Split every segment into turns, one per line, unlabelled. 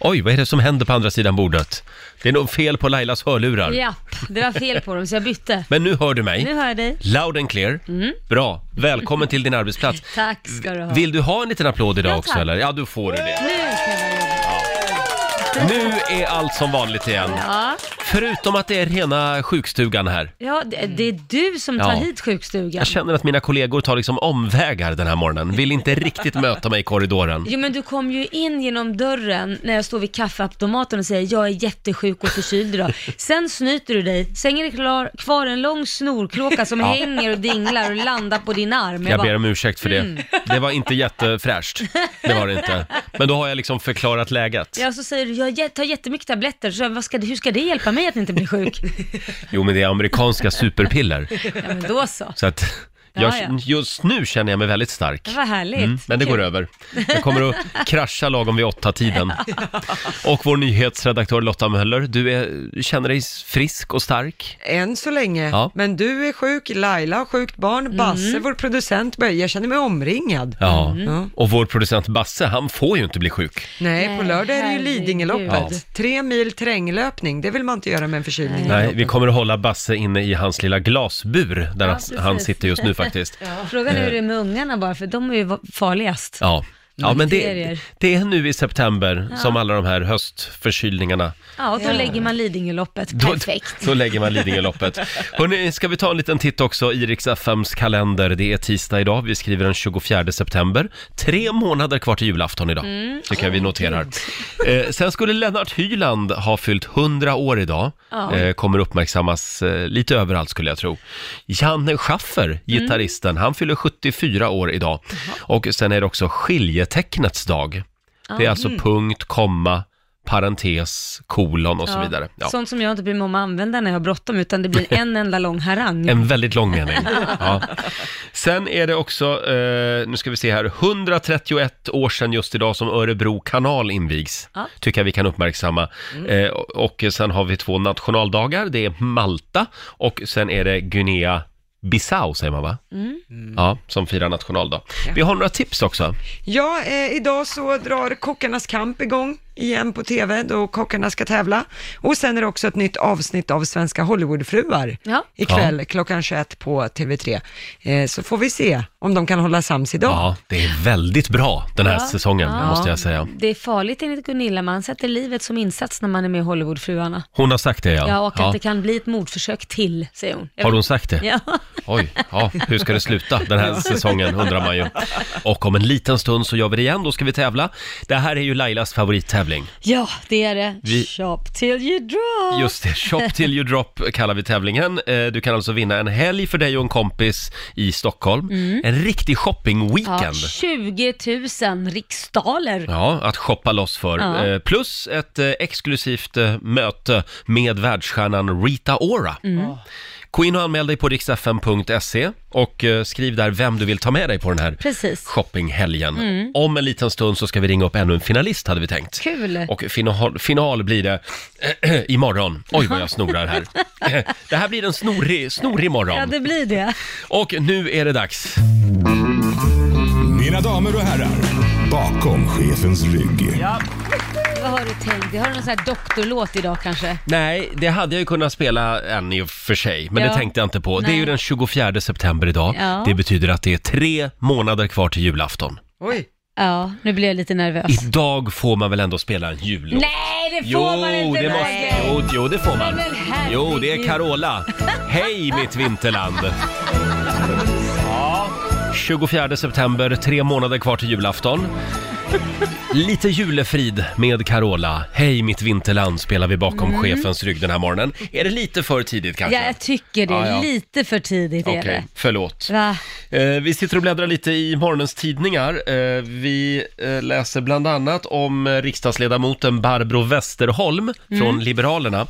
Oj, vad är det som händer på andra sidan bordet? Det är nog fel på Lailas hörlurar.
Ja, det var fel på dem så jag bytte.
Men nu hör du mig.
Nu hör jag dig. Mm.
Loud and clear. Bra. Välkommen till din arbetsplats.
Tack ska du ha.
Vill du ha en liten applåd idag
Ja,
också
tack.
eller? Ja, då får du det.
Nu kan jag jobba.
Nu är allt som vanligt igen.
Ja,
Förutom att det är rena sjukstugan här.
ja det, det är du som tar
Ja.
hit sjukstugan.
Jag känner att mina kollegor tar liksom omvägar den här morgonen. Vill inte riktigt möta mig i korridoren.
Jo men du kom ju in genom dörren när jag står vid kaffeautomaten och säger jag är jättesjuk och förkyld idag. Sen snyter du dig, sen är det klar, kvar en lång snorkråka som hänger och dinglar och landar på din arm.
Jag
bara,
ber om ursäkt för
Mm.
det. Det var inte jättefräscht. Det var det inte. Men då har jag liksom förklarat läget.
Ja, så säger du, jag jä- tar jättemycket tabletter, så vad ska, det- hur ska det hjälpa mig att inte bli sjuk?
Jo, men det är amerikanska superpiller.
Ja, men då så.
Så att
Ja, ja.
jag, just nu känner jag mig väldigt stark. Mm,
Det var härligt.
Men det går
Kul.
över. Jag kommer att krascha lagom vid åtta tiden. Och vår nyhetsredaktör Lotta Möller, du är, känner dig frisk och stark.
Än så länge.
Ja.
Men du är sjuk, Laila har sjukt
Mm.
barn, Basse, vår producent, börjar- jag känner mig omringad.
Ja.
Mm.
Ja.
Och vår producent Basse, han får ju inte bli sjuk.
Nej,
Nej,
på lördag är det ju
herregud.
Lidingöloppet.
Ja.
Tre mil terränglöpning, det vill man inte göra med en förkylning.
Nej, vi kommer att hålla Basse inne i hans lilla glasbur där han-
precis.
han sitter just nu faktiskt. Eh.
Frågan är hur det är med ungarna bara, för de är ju va- farligast.
Ja. Ja, men det,
Bakterier.
det är nu i september som alla de här höstförkylningarna.
Ja, och då lägger man Lidingöloppet.
Då,
Perfekt.
då lägger man Lidingöloppet. Hörrni, ska vi ta en liten titt också i Rix FMs kalender. Det är tisdag idag, vi skriver den 24 september. Tre månader kvar till julafton idag,
Mm.
tycker jag vi noterar. Eh, sen skulle Lennart Hyland ha fyllt 100 år idag.
Ja.
Eh, kommer uppmärksammas eh, lite överallt skulle jag tro. Janne
Mm.
Schaffer, gitarristen, han fyller 74 år idag. Och sen är det också skiljetecknets dag.
Ah,
Det är alltså
mm.
punkt, komma, parentes, kolon och så vidare. Ja.
Sånt som jag inte bryr mig om att använda när jag har bråttom, utan det blir en enda lång harang.
En väldigt lång mening. Ja. Sen är det också, eh, nu ska vi se här, 131 år sedan just idag som Örebro kanal invigs.
Ja. Mm.
Tycker jag vi kan uppmärksamma. Eh, och och sen har vi två nationaldagar, det är Malta och sen är det Guinea Bissau säger man va?
Mm.
Ja, som firar nationaldag. Vi har några tips också.
Ja, eh, idag så drar Kockarnas kamp igång igen på TV då kockarna ska tävla. Och sen är det också ett nytt avsnitt av Svenska Hollywoodfruar
Ja.
ikväll klockan 21 på TV3. Eh, så får vi se om de kan hålla sams idag.
Ja, det är väldigt bra den här
Ja.
säsongen
Ja.
måste jag säga.
Det är farligt enligt Gunilla, man sätter livet som insats när man är med i Hollywoodfruarna.
Hon har sagt det ja.
Ja, och att det kan bli ett mordförsök till, säger hon. Jag
Har
vet-
hon sagt det?
Ja.
Oj, ja, hur ska det sluta den här säsongen undrar man ju. Och om en liten stund så gör vi det igen, då ska vi tävla. Det här är ju Lailas favorittävling.
ja, det är det.
Vi-
Shop till you drop.
Just det, Shop till you drop kallar vi tävlingen. Eh, Du kan alltså vinna en helg för dig och en kompis i Stockholm. En riktig
Mm. Ja,
shoppingweekend.
20 000 riksdaler.
Ja, att shoppa loss för.
Ja.
Eh, Plus ett eh, exklusivt eh, möte med världsstjärnan Rita Ora.
Mm.
Gå in och anmäl dig på riksfm.se och eh, skriv där vem du vill ta med dig på den här
Precis. Mm.
shoppinghelgen. Om en liten stund så ska vi ringa upp ännu en finalist hade vi tänkt.
Kul.
Och final, final blir det imorgon. Oj vad jag snorar här. det här blir en snorig, snorig
Ja,
morgon.
det blir det.
Och nu är det dags.
Mina damer och herrar, bakom chefens rygg.
Vad har du tänkt? Har du någon sån här doktorlåt idag kanske?
Nej, det hade jag ju kunnat spela än i och för sig, men det
Ja.
tänkte jag inte på. Det är
Nej.
ju den 24 september idag.
Ja.
Det betyder att det är tre månader kvar till julafton.
Oj.
Ja, nu blir jag lite nervös.
Idag får man väl ändå spela en jullåt?
Nej, Alltså. det får
Jo,
man inte
det måste,
Roger.
jo, jo, det får man.
Nej, men herregud.
Jo, det är Carola. Hej mitt vinterland! Ja. 24 september, tre månader kvar till julafton. Lite julefrid med Carola. Hej mitt vinterland spelar vi bakom chefens rygg den här morgonen. Är det lite för tidigt kanske?
Ja, jag tycker det.
Mm. Ja, ja.
Lite för tidigt
Okej,
är det.
förlåt.
Va?
Eh, vi sitter och bläddrar lite i morgonens tidningar. Eh, vi eh, läser bland annat om eh, riksdagsledamoten Barbro Westerholm
Mm.
från Liberalerna.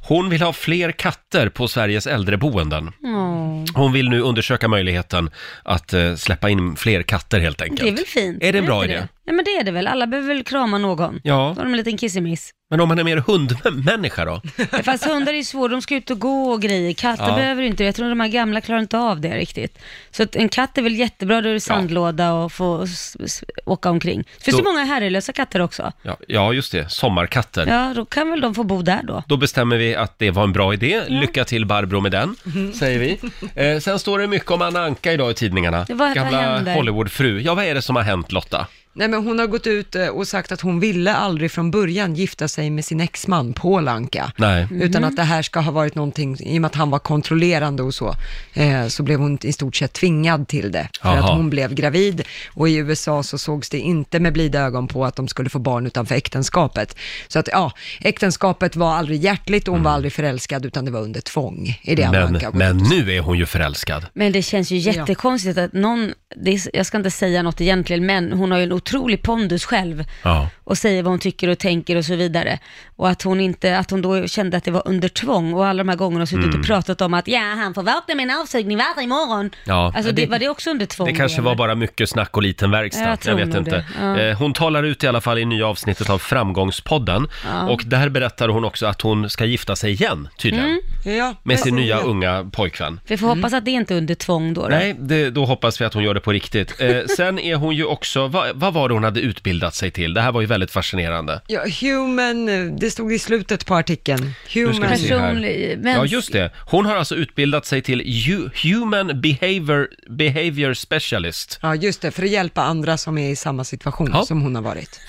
Hon vill ha fler katter på Sveriges äldreboenden.
Åh,
Hon vill nu undersöka möjligheten att eh, släppa in fler katter helt enkelt.
det är väl fint?
Är det en bra
inte
idé?
Ja men det är det väl, alla behöver väl krama någon.
Ja.
Då har de en liten kissemiss.
Men om man är mer hundmänniska då?
Fast hundar är ju svåra, de ska ut och gå och grejer. Katter
Ja.
behöver inte det. Jag tror de här gamla klarar inte av det riktigt. Så att en katt är väl jättebra, då är det sandlåda och få s- s- åka omkring. Det finns
Då-
ju många herrelösa katter också.
Ja, ja just det. Sommarkatter.
Ja, då kan väl de få bo där då.
Då bestämmer vi att det var en bra idé. Lycka till Barbro med den,
Mhm.
säger vi. Eh, sen står det mycket om Anna Anka idag i tidningarna.
Vad- vad
Gamla
händer?
Hollywoodfru. Ja, vad är det som har hänt Lotta?
Nej, men hon har gått ut eh, och sagt att hon ville aldrig från början gifta sig med sin exman Paul Anka.
Nej.
Utan att det här ska ha varit någonting, i och med att han var kontrollerande och så, eh, så blev hon i stort sett tvingad till det. För
Jaha.
att hon blev gravid och i USA så sågs det inte med blida ögon på att de skulle få barn utanför äktenskapet. Så att ja, äktenskapet var aldrig hjärtligt och hon var aldrig förälskad utan det var under tvång. Är det Anna
Mm. Men,
Anka har gått
men
ut och
nu är hon ju förälskad.
Men det känns ju jättekonstigt att någon, det är, jag ska inte säga något egentligen, men hon har ju en otrolig pondus själv
Ja.
och säger vad hon tycker och tänker och så vidare. Och att hon, inte, att hon då kände att det var under tvång och alla de här gångerna har suttit
Mm.
och pratat om att ja, han får vakna med en avsugning varje morgon.
Ja,
Alltså det,
det-
var det också under tvång?
Det kanske
då,
var
eller?
bara mycket snack och liten verkstad.
Jag
Jag,
tror
vet
nog
inte.
det. Ja.
Eh, Hon talar ut i alla fall i nya avsnittet av Framgångspodden. Och där berättar hon också att hon ska gifta sig igen, tydligen.
Ja, ja.
Med sin nya unga pojkvän.
Mm. Vi får hoppas att det inte är under tvång då. då.
Nej, det, då hoppas vi att hon gör det på riktigt. Eh, sen är hon ju också, vad, vad var det hon hade utbildat sig till? Det här var ju väldigt fascinerande.
Ja, human, eh, det stod i slutet på artikeln.
ska
Human,
vi se. här.
Personlig, men...
Ja, just det. Hon har alltså utbildat sig till hu- Human Behavior, Behavior Specialist.
ja just det, för att hjälpa andra som är i samma situation
Ja.
som hon har varit.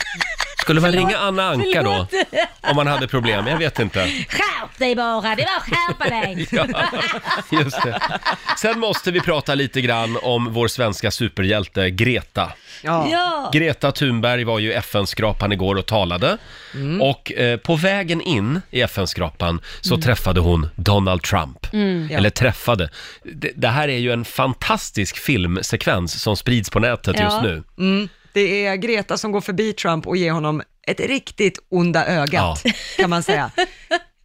Skulle man ringa Anna Anka då? Om man hade problem? Jag vet inte.
Skärp dig bara, det var skärpa dig!
Ja, just det. Sen måste vi prata lite grann om vår svenska superhjälte Greta.
ja.
Greta Thunberg var ju i FN-skrapan igår och talade.
Mm.
Och eh, på vägen in i FN-skrapan så
Mm.
träffade hon Donald Trump. Eller träffade. Det, det här är ju en fantastisk filmsekvens som sprids på nätet
Ja.
just nu.
Mm. Det är Greta som går förbi Trump och ger honom ett riktigt onda ögat,
Ja.
kan man säga.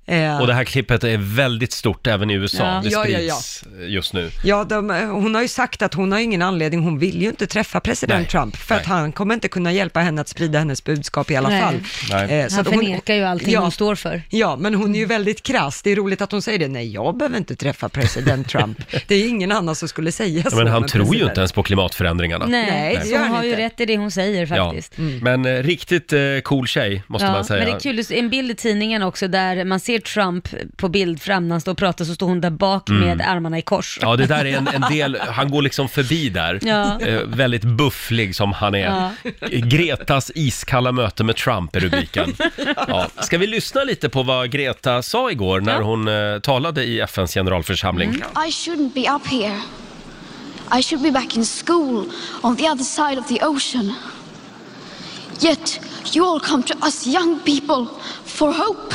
Eh,
Och det här klippet är väldigt stort även i USA.
Ja.
Det
Ja, ja, ja.
sprids eh, just nu.
ja, de, hon har ju sagt att hon har ingen anledning, hon vill ju inte träffa president
Nej.
Trump, för att
Nej.
han kommer inte kunna hjälpa henne att sprida hennes budskap i alla
Nej.
fall.
Nej.
Eh, så
Han
att hon-
förnekar ju allting
ja,
hon står för.
Ja, men hon är ju väldigt krass. Det är roligt att hon säger det. Nej, jag behöver inte träffa president Trump. Det är ingen annan som skulle säga så.
Ja, men han
om en
tror ju
president.
inte ens på klimatförändringarna.
Nej,
Nej, det
så
gör
hon
han
har ju
inte.
rätt i det hon säger faktiskt.
Ja. Men eh, riktigt eh, cool tjej, måste man säga.
Men det är kul, det är en bild i tidningen också där man ser Trump på bild fram när han står och pratar så står hon där bak med armarna i kors.
Mm. Ja, det där är en, en del, han går liksom förbi där.
Ja.
Eh, väldigt bufflig som han är.
Ja.
Gretas iskalla möte med Trump är rubriken. Ja. Ska vi lyssna lite på vad Greta sa igår när hon eh, talade i FNs generalförsamling?
Mm.
I shouldn't be up here. I should be back in school on the other side of the ocean. Yet you all come to us young people for hope.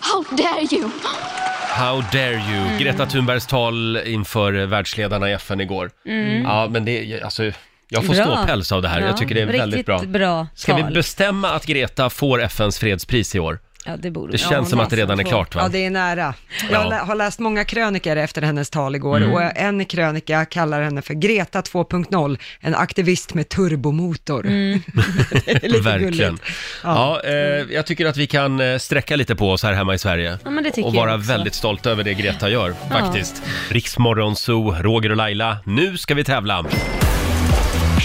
How dare you!
How dare you!
Mm.
Greta Thunbergs tal inför eh, världsledarna i FN igår. Ja, men det, alltså, jag får
Mm. Bra.
ståpäls av det här.
Ja,
Jag tycker det är väldigt
riktigt
bra.
bra
Ska vi
tal.
bestämma att Greta får FNs fredspris i år?
Ja, det borde
Det
hon.
känns som att det redan är
får.
klart, va?
Ja, det är nära. Jag
Ja. Mm.
lä- har läst många krönikor efter hennes tal igår och en krönika kallar henne för Greta 2.0, en aktivist med turbomotor. det är lite
Verkligen.
gulligt.
Ja. eh, jag tycker att vi kan eh, sträcka lite på oss här hemma i Sverige.
Ja, men det tycker
och vara
jag också.
väldigt stolta över det Greta gör, faktiskt. Riksmorgon Zoo, Roger och Laila. Nu ska vi tävla!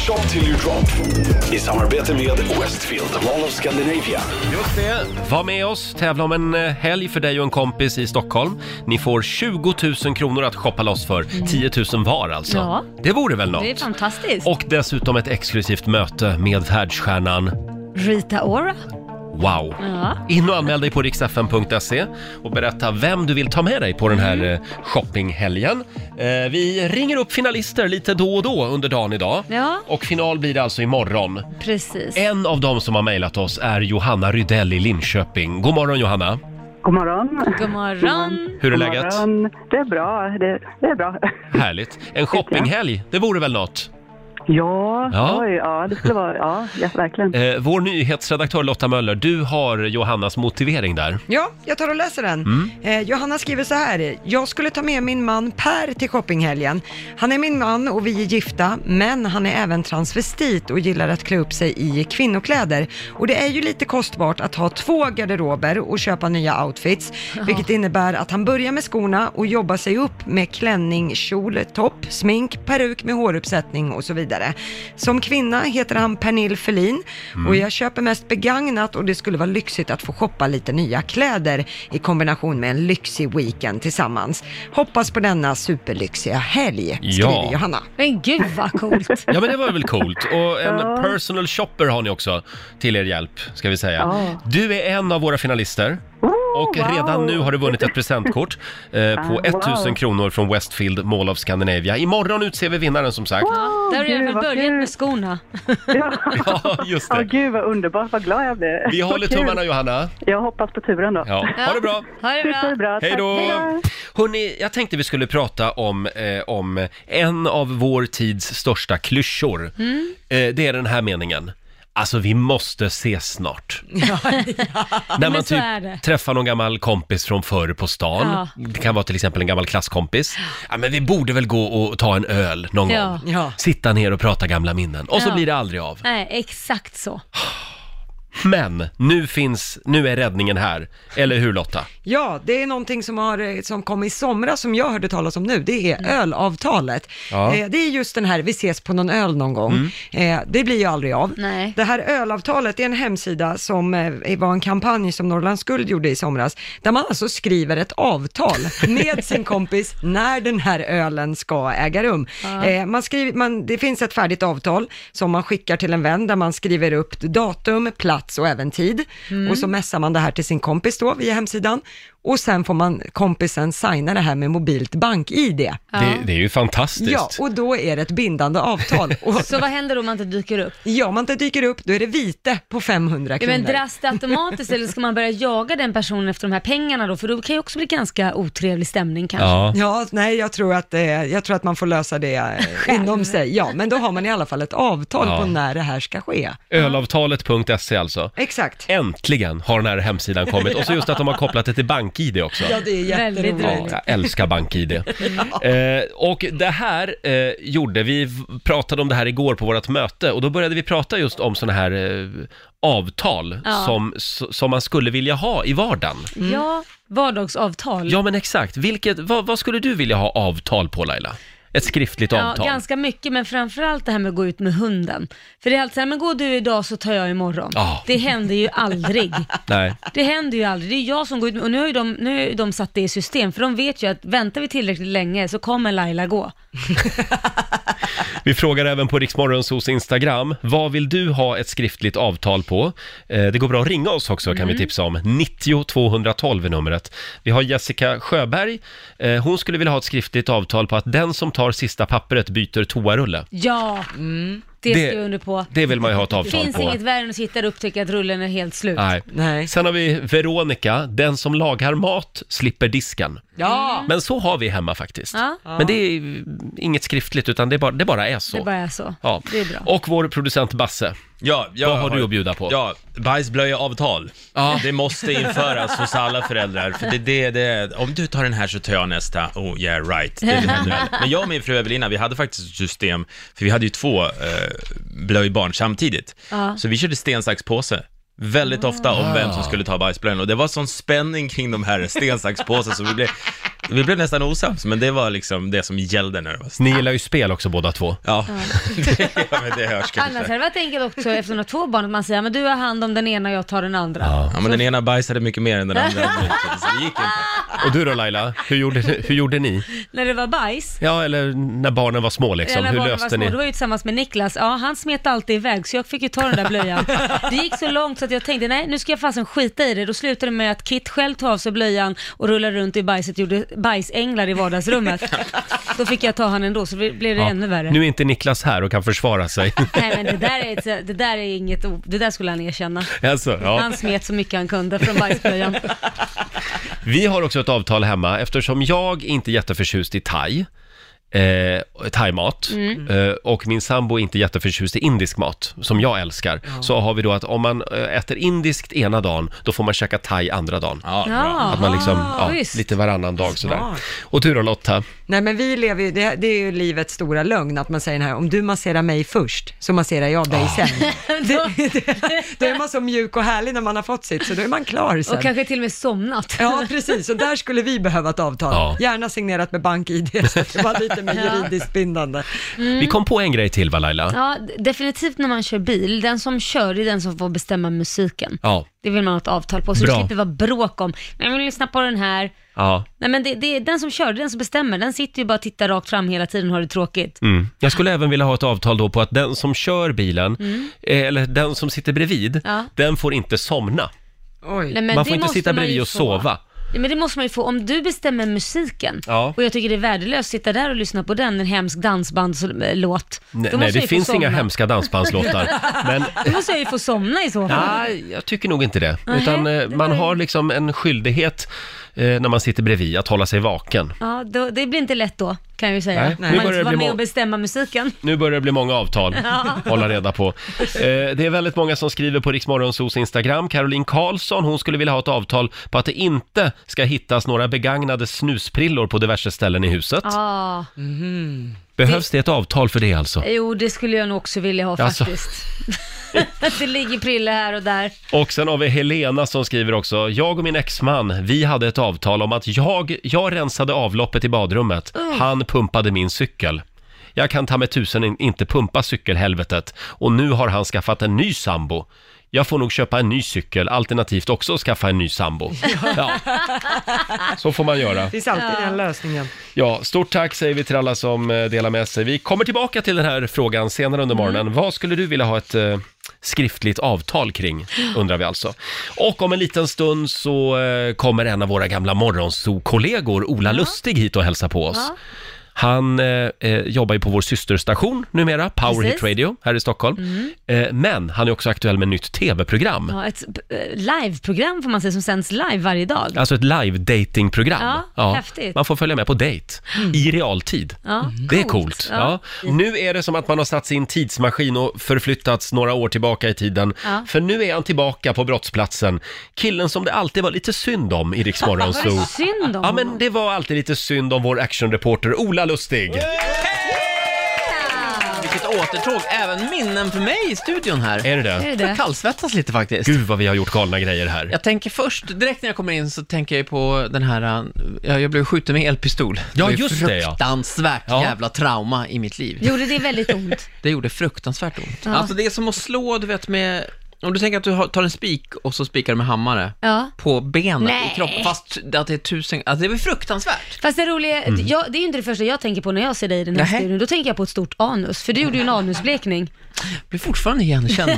Shop till you drop. I samarbete med Westfield Mall of Scandinavia.
Just det. Var med oss, tävla om en eh, helg för dig och en kompis i Stockholm. Ni får 20 000 kronor att shoppa loss för. 10 000 var alltså.
Mm. Ja.
Det vore väl något?
Det är fantastiskt.
Och dessutom ett exklusivt möte med världsstjärnan
Rita Ora?
Wow!
Ja.
In och anmäl dig på riksfn.se och berätta vem du vill ta med dig på den
Mm.
här eh, shoppinghelgen. Eh, Vi ringer upp finalister lite då och då under dagen idag.
Ja.
Och final blir det alltså imorgon.
Precis.
En av dem som har mejlat oss är Johanna Rydell i Linköping. God morgon Johanna!
God morgon.
God morgon.
Hur är
God
läget?
morgon. Mm, Det är bra. Det, det är bra.
Härligt. En shoppinghelg, det vore väl något?
Ja,
Ja.
ja. Oj, ja, det skulle vara... Ja, ja verkligen.
Eh, Vår nyhetsredaktör Lotta Möller, du har Johannas motivering där.
Ja, jag tar och läser den.
Mm.
Eh, Johanna skriver så här. Jag skulle ta med min man Per till shoppinghelgen. Han är min man och vi är gifta, men han är även transvestit och gillar att klä upp sig i kvinnokläder. Och det är ju lite kostbart att ha två garderober och köpa nya outfits, vilket innebär att han börjar med skorna och jobbar sig upp med klänning, kjol, topp, smink, peruk med håruppsättning och så vidare. Som kvinna heter han Pernille Ferlin
Mm.
och jag köper mest begagnat och det skulle vara lyxigt att få shoppa lite nya kläder i kombination med en lyxig weekend tillsammans. Hoppas på denna superlyxiga helg, skriver
Ja.
Johanna.
Men gud vad coolt.
Ja men det var väl coolt. Och en personal shopper har ni också till er hjälp, ska vi säga.
Ja.
Du är en av våra finalister. Och
wow.
redan nu har du vunnit ett presentkort eh, på
Ah,
1000
wow.
kronor från Westfield Mall of Scandinavia. Imorgon utser vi vinnaren som sagt.
Åh,
Där har du i
gud,
alla fall
vad
börjat
kul.
med skorna.
Ja,
Ja, just
Ja,
det.
gud vad underbart. Vad glad jag blev.
Vi håller
Vad kul.
tummarna Johanna.
Jag hoppas på turen då.
Ja. Ha det bra!
Ha det bra.
Superbra.
Hej då!
Tack. Hej då.
Hörrni, jag tänkte vi skulle prata om, eh, om en av vår tids största klyschor.
Mm.
Eh, det är den här meningen. Alltså vi måste ses snart. När man
så är det.
typ träffar någon gammal kompis från förr på stan.
Ja.
Det kan vara till exempel en gammal klasskompis. Ja, men vi borde väl gå och ta en öl någon
Ja.
gång.
Ja.
Sitta ner och prata gamla minnen. Och så
Ja.
blir det aldrig av.
Nej, exakt så.
Men nu finns, nu är räddningen här. Eller hur Lotta?
Ja, det är någonting som, har, eh, som kom i somras som jag hörde talas om nu. Det är ölavtalet.
Ja.
Eh, Det är just den här, vi ses på någon öl någon gång. Eh, Det blir ju aldrig av.
Nej.
Det här ölavtalet är en hemsida som eh, var en kampanj som Norrlands Guld gjorde i somras, där man alltså skriver ett avtal med sin kompis när den här ölen ska äga rum. Eh, Man skriver, man, det finns ett färdigt avtal som man skickar till en vän där man skriver upp datum, plats och även tid. Och så messar man det här till sin kompis då via hemsidan. Och sen får man kompisen signa det här med mobilt bank-id.
Det, det är ju fantastiskt.
Ja, och då är det ett bindande avtal. Och
Så vad händer då om man inte dyker upp?
Ja, om man inte dyker upp, då är det vite på 500
Ja,
kronor.
men dras det automatiskt eller ska man börja jaga den personen efter de här pengarna då? För då kan ju också bli ganska otrevlig stämning kanske.
Ja.
Ja, nej, jag tror, att, eh, jag tror att man får lösa det eh, inom sig. Ja, men då har man i alla fall ett avtal
Ja.
på när det här ska ske.
Ölavtalet.se alltså.
Exakt.
Äntligen har den här hemsidan kommit och så just att de har kopplat det till BankID också.
Ja, det
Väldigt
är
Ja,
jätteroligt.
roligt. Mm.
jag älskar BankID. Eh, och det här eh, gjorde, vi v- pratade om det här igår på vårt möte och då började vi prata just om sådana här eh, avtal
Ja.
som, s- som man skulle vilja ha i vardagen.
Mm. Ja, vardagsavtal.
Ja men exakt, Vilket, vad, vad skulle du vilja ha avtal på Laila? Ett skriftligt
Ja,
avtal?
ganska mycket, men framförallt det här med att gå ut med hunden. För det är alltid så här, men går du idag så tar jag imorgon.
Ja.
Det händer ju aldrig.
Nej.
Det händer ju aldrig. Det är jag som går ut med, och nu har ju de, nu har ju de satt det i system, för de vet ju att väntar vi tillräckligt länge så kommer Laila gå.
Vi frågar även på Riksmorgonsos Instagram, vad vill du ha ett skriftligt avtal på? Eh, det går bra att ringa oss också kan
Mm.
vi tipsa om. 90 212 är numret. Vi har Jessica Sjöberg, eh, hon skulle vilja ha ett skriftligt avtal på att den som tar sista pappret byter toarulle.
Ja, det,
Mm. Det-
skriver jag under på.
Det vill man ju ha ett
Det
avtal
finns
på.
inget värre än att sitta och upptäcka att rullen är helt slut.
Nej.
Nej.
Sen har vi Veronica, den som lagar mat slipper disken.
Ja.
Men så har vi hemma faktiskt.
Ja.
Men det är eh, inget skriftligt utan det bara, det bara är så.
Det bara är så.
Ja.
Det är bra.
Och vår producent Basse.
Ja, jag
Vad har du att bjuda på?
Ja, bajsblöjaavtal. Det måste införas hos alla föräldrar. För det, det, det, om du tar den här så tar jag nästa. Oh yeah right. Det händer aldrig. Men jag och min fru Evelina, vi hade faktiskt ett system, för vi hade ju två eh, blöjbarn samtidigt.
Ja.
Så vi körde sten, sax, påse. Väldigt ofta om vem som skulle ta bajsblöjan och det var sån spänning kring de här sten, sax, påse så vi blev Vi blev nästan osams, men det var liksom det som gällde när det var
Ni gillar ju spel också båda två.
Ja, det, ja, men det hörs
Annars hade
kanske.
det varit enkelt också eftersom man har två barn att man säger men du har hand om den ena och jag tar den andra.
Ja, men den ena bajsade mycket mer än den andra. Så det gick inte.
Och du då Laila, hur gjorde, hur gjorde ni?
När det var bajs,
Ja, eller när barnen var små liksom,
när
hur
barnen var
löste
små,
ni?
då var jag ju tillsammans med Niklas. Ja, han smet alltid iväg så jag fick ju ta den där blöjan. Det gick så långt så att jag tänkte nej nu ska jag fasen skita i det. Då slutade det med att Kit själv tog av sig blöjan och rullade runt i bajset och gjorde bajsänglar i vardagsrummet. Då fick jag ta han ändå så det blev det
Ja.
ännu värre.
Nu är inte Niklas här och kan försvara sig.
Nej men det där, är ett, det där är inget, o- det där skulle han erkänna.
alltså, ja.
Han smet så mycket han kunde från bajsblöjan.
Vi har också ett avtal hemma, eftersom jag inte är jätteförtjust i thai, eh, thaimat,
Mm.
eh, och min sambo är inte jätteförtjust i indisk mat, som jag älskar, så har vi då att om man eh, äter indiskt ena dagen, då får man käka thai andra dagen.
Ja, bra.
Ja,
Att man liksom, ja,
schysst.
lite varannan dag sådär.
Smart.
Och du då Lotta?
Nej men vi lever ju, det, det är ju livets stora lögn att man säger den här, om du masserar mig först så masserar jag dig sen. Det, det, då är man så mjuk och härlig när man har fått sitt, så då är man klar sen.
Och kanske till och med somnat.
Ja precis, och där skulle vi behöva ett avtal.
Ja.
Gärna signerat med bank-id, så att det var lite mer
Ja.
juridiskt bindande. Mm.
Vi kom på en grej till va Laila?
Ja, d- definitivt när man kör bil. Den som kör det är den som får bestämma musiken.
Ja.
Det vill man ha ett avtal på, så
Bra.
det slipper vara bråk om. Nej, men lyssna på den här.
ja.
Nej, men det, det är den som kör, det är den som bestämmer. Den sitter ju bara och tittar rakt fram hela tiden och har det tråkigt.
Mm. Jag skulle även vilja ha ett avtal då på att den som kör bilen, eh, eller den som sitter bredvid,
Mm. Ja.
den får inte somna.
Nej,
Oj.
men
man
det
får inte
måste
sitta
man ju
bredvid och
få.
sova.
Ja, men det måste man ju få. Om du bestämmer musiken
Ja.
och jag tycker det är värdelöst att sitta där och lyssna på den, en hemsk dansbandslåt. då
Nej,
måste
nej
jag ju
det
få
finns inga
somna.
hemska dansbandslåtar. Men
Då måste jag ju få somna i så fall.
nej, jag tycker nog inte det. Utan eh, man har liksom en skyldighet eh, när man sitter bredvid att hålla sig vaken.
Ja, då, det blir inte lätt då, kan jag ju säga.
Nej,
Om
nu
man
börjar det
inte var
bli
med
må-
och bestämma musiken.
Nu börjar det bli många avtal att hålla reda på. Eh, det är väldigt många som skriver på Riksmorgonsos Instagram. Caroline Karlsson, hon skulle vilja ha ett avtal på att det inte ska hittas några begagnade snusprillor på diverse ställen i huset.
Ja,
Mhm. Behövs det ett avtal för det alltså?
jo det skulle jag nog också vilja ha
Alltså.
faktiskt. Att det ligger prille här och där.
Och sen har vi Helena som skriver också, jag och min exman, vi hade ett avtal om att jag, jag rensade avloppet i badrummet, han pumpade min cykel. Jag kan ta med tusen in, inte pumpa cykelhelvetet och nu har han skaffat en ny sambo. Jag får nog köpa en ny cykel, alternativt också skaffa en ny sambo. Ja. Så får man göra.
Det finns alltid den lösningen.
Ja, stort tack säger vi till alla som eh, delar med sig. Vi kommer tillbaka till den här frågan senare
Mm.
under morgonen. Vad skulle du vilja ha ett eh, skriftligt avtal kring, undrar vi alltså. Och om en liten stund så eh, kommer en av våra gamla morgonsokollegor, Ola Lustig, hit och hälsa på oss. Han eh, eh, jobbar ju på vår systerstation numera, Power
Precis. Mm.
Hit Radio, här i Stockholm. Eh, men han är också aktuell med nytt tv-program.
Ja, ett eh, liveprogram får man säga som sänds live varje dag.
Alltså ett live datingprogram
Ja, häftigt. Mm.
Man får följa med på dejt i realtid.
Ja,
Det är
Mm. coolt.
coolt. Ja.
Ja.
Nu är det som att man har satt sin tidsmaskin och förflyttats några år tillbaka i tiden.
Ja.
För nu är han tillbaka på brottsplatsen. Killen som det alltid var lite synd om i Rix Morgon
Vad är
Zoo.
det synd om
Ja, men
honom?
det var alltid lite synd om vår actionreporter Ola Lustig.
Vilket återtåg, även minnen för mig i studion här.
Är det
Är
det?
det det?
Jag kallsvettas lite faktiskt.
Gud vad vi har gjort galna grejer här.
Jag tänker först, direkt när jag kommer in så tänker jag ju på den här, äh, ja, jag blev skjuten med elpistol.
Ja,
var ju
just det, ja.
fruktansvärt
Ja.
jävla trauma i mitt liv.
Gjorde det väldigt ont?
Det gjorde fruktansvärt ont. Alltså det är som att slå, du vet med, om du tänker att du har- tar en spik och så spikar du med hammare.
Ja.
På benen
Nej.
i kroppen, fast att det är tusen, alltså det var fruktansvärt.
Fast det roliga, jag, det är ju inte det första jag tänker på när jag ser dig i den här
Mm. Nähä. Mm.
studion. Då tänker jag på ett stort anus, för du gjorde ju en anusblekning.
Jag blir fortfarande igenkänd.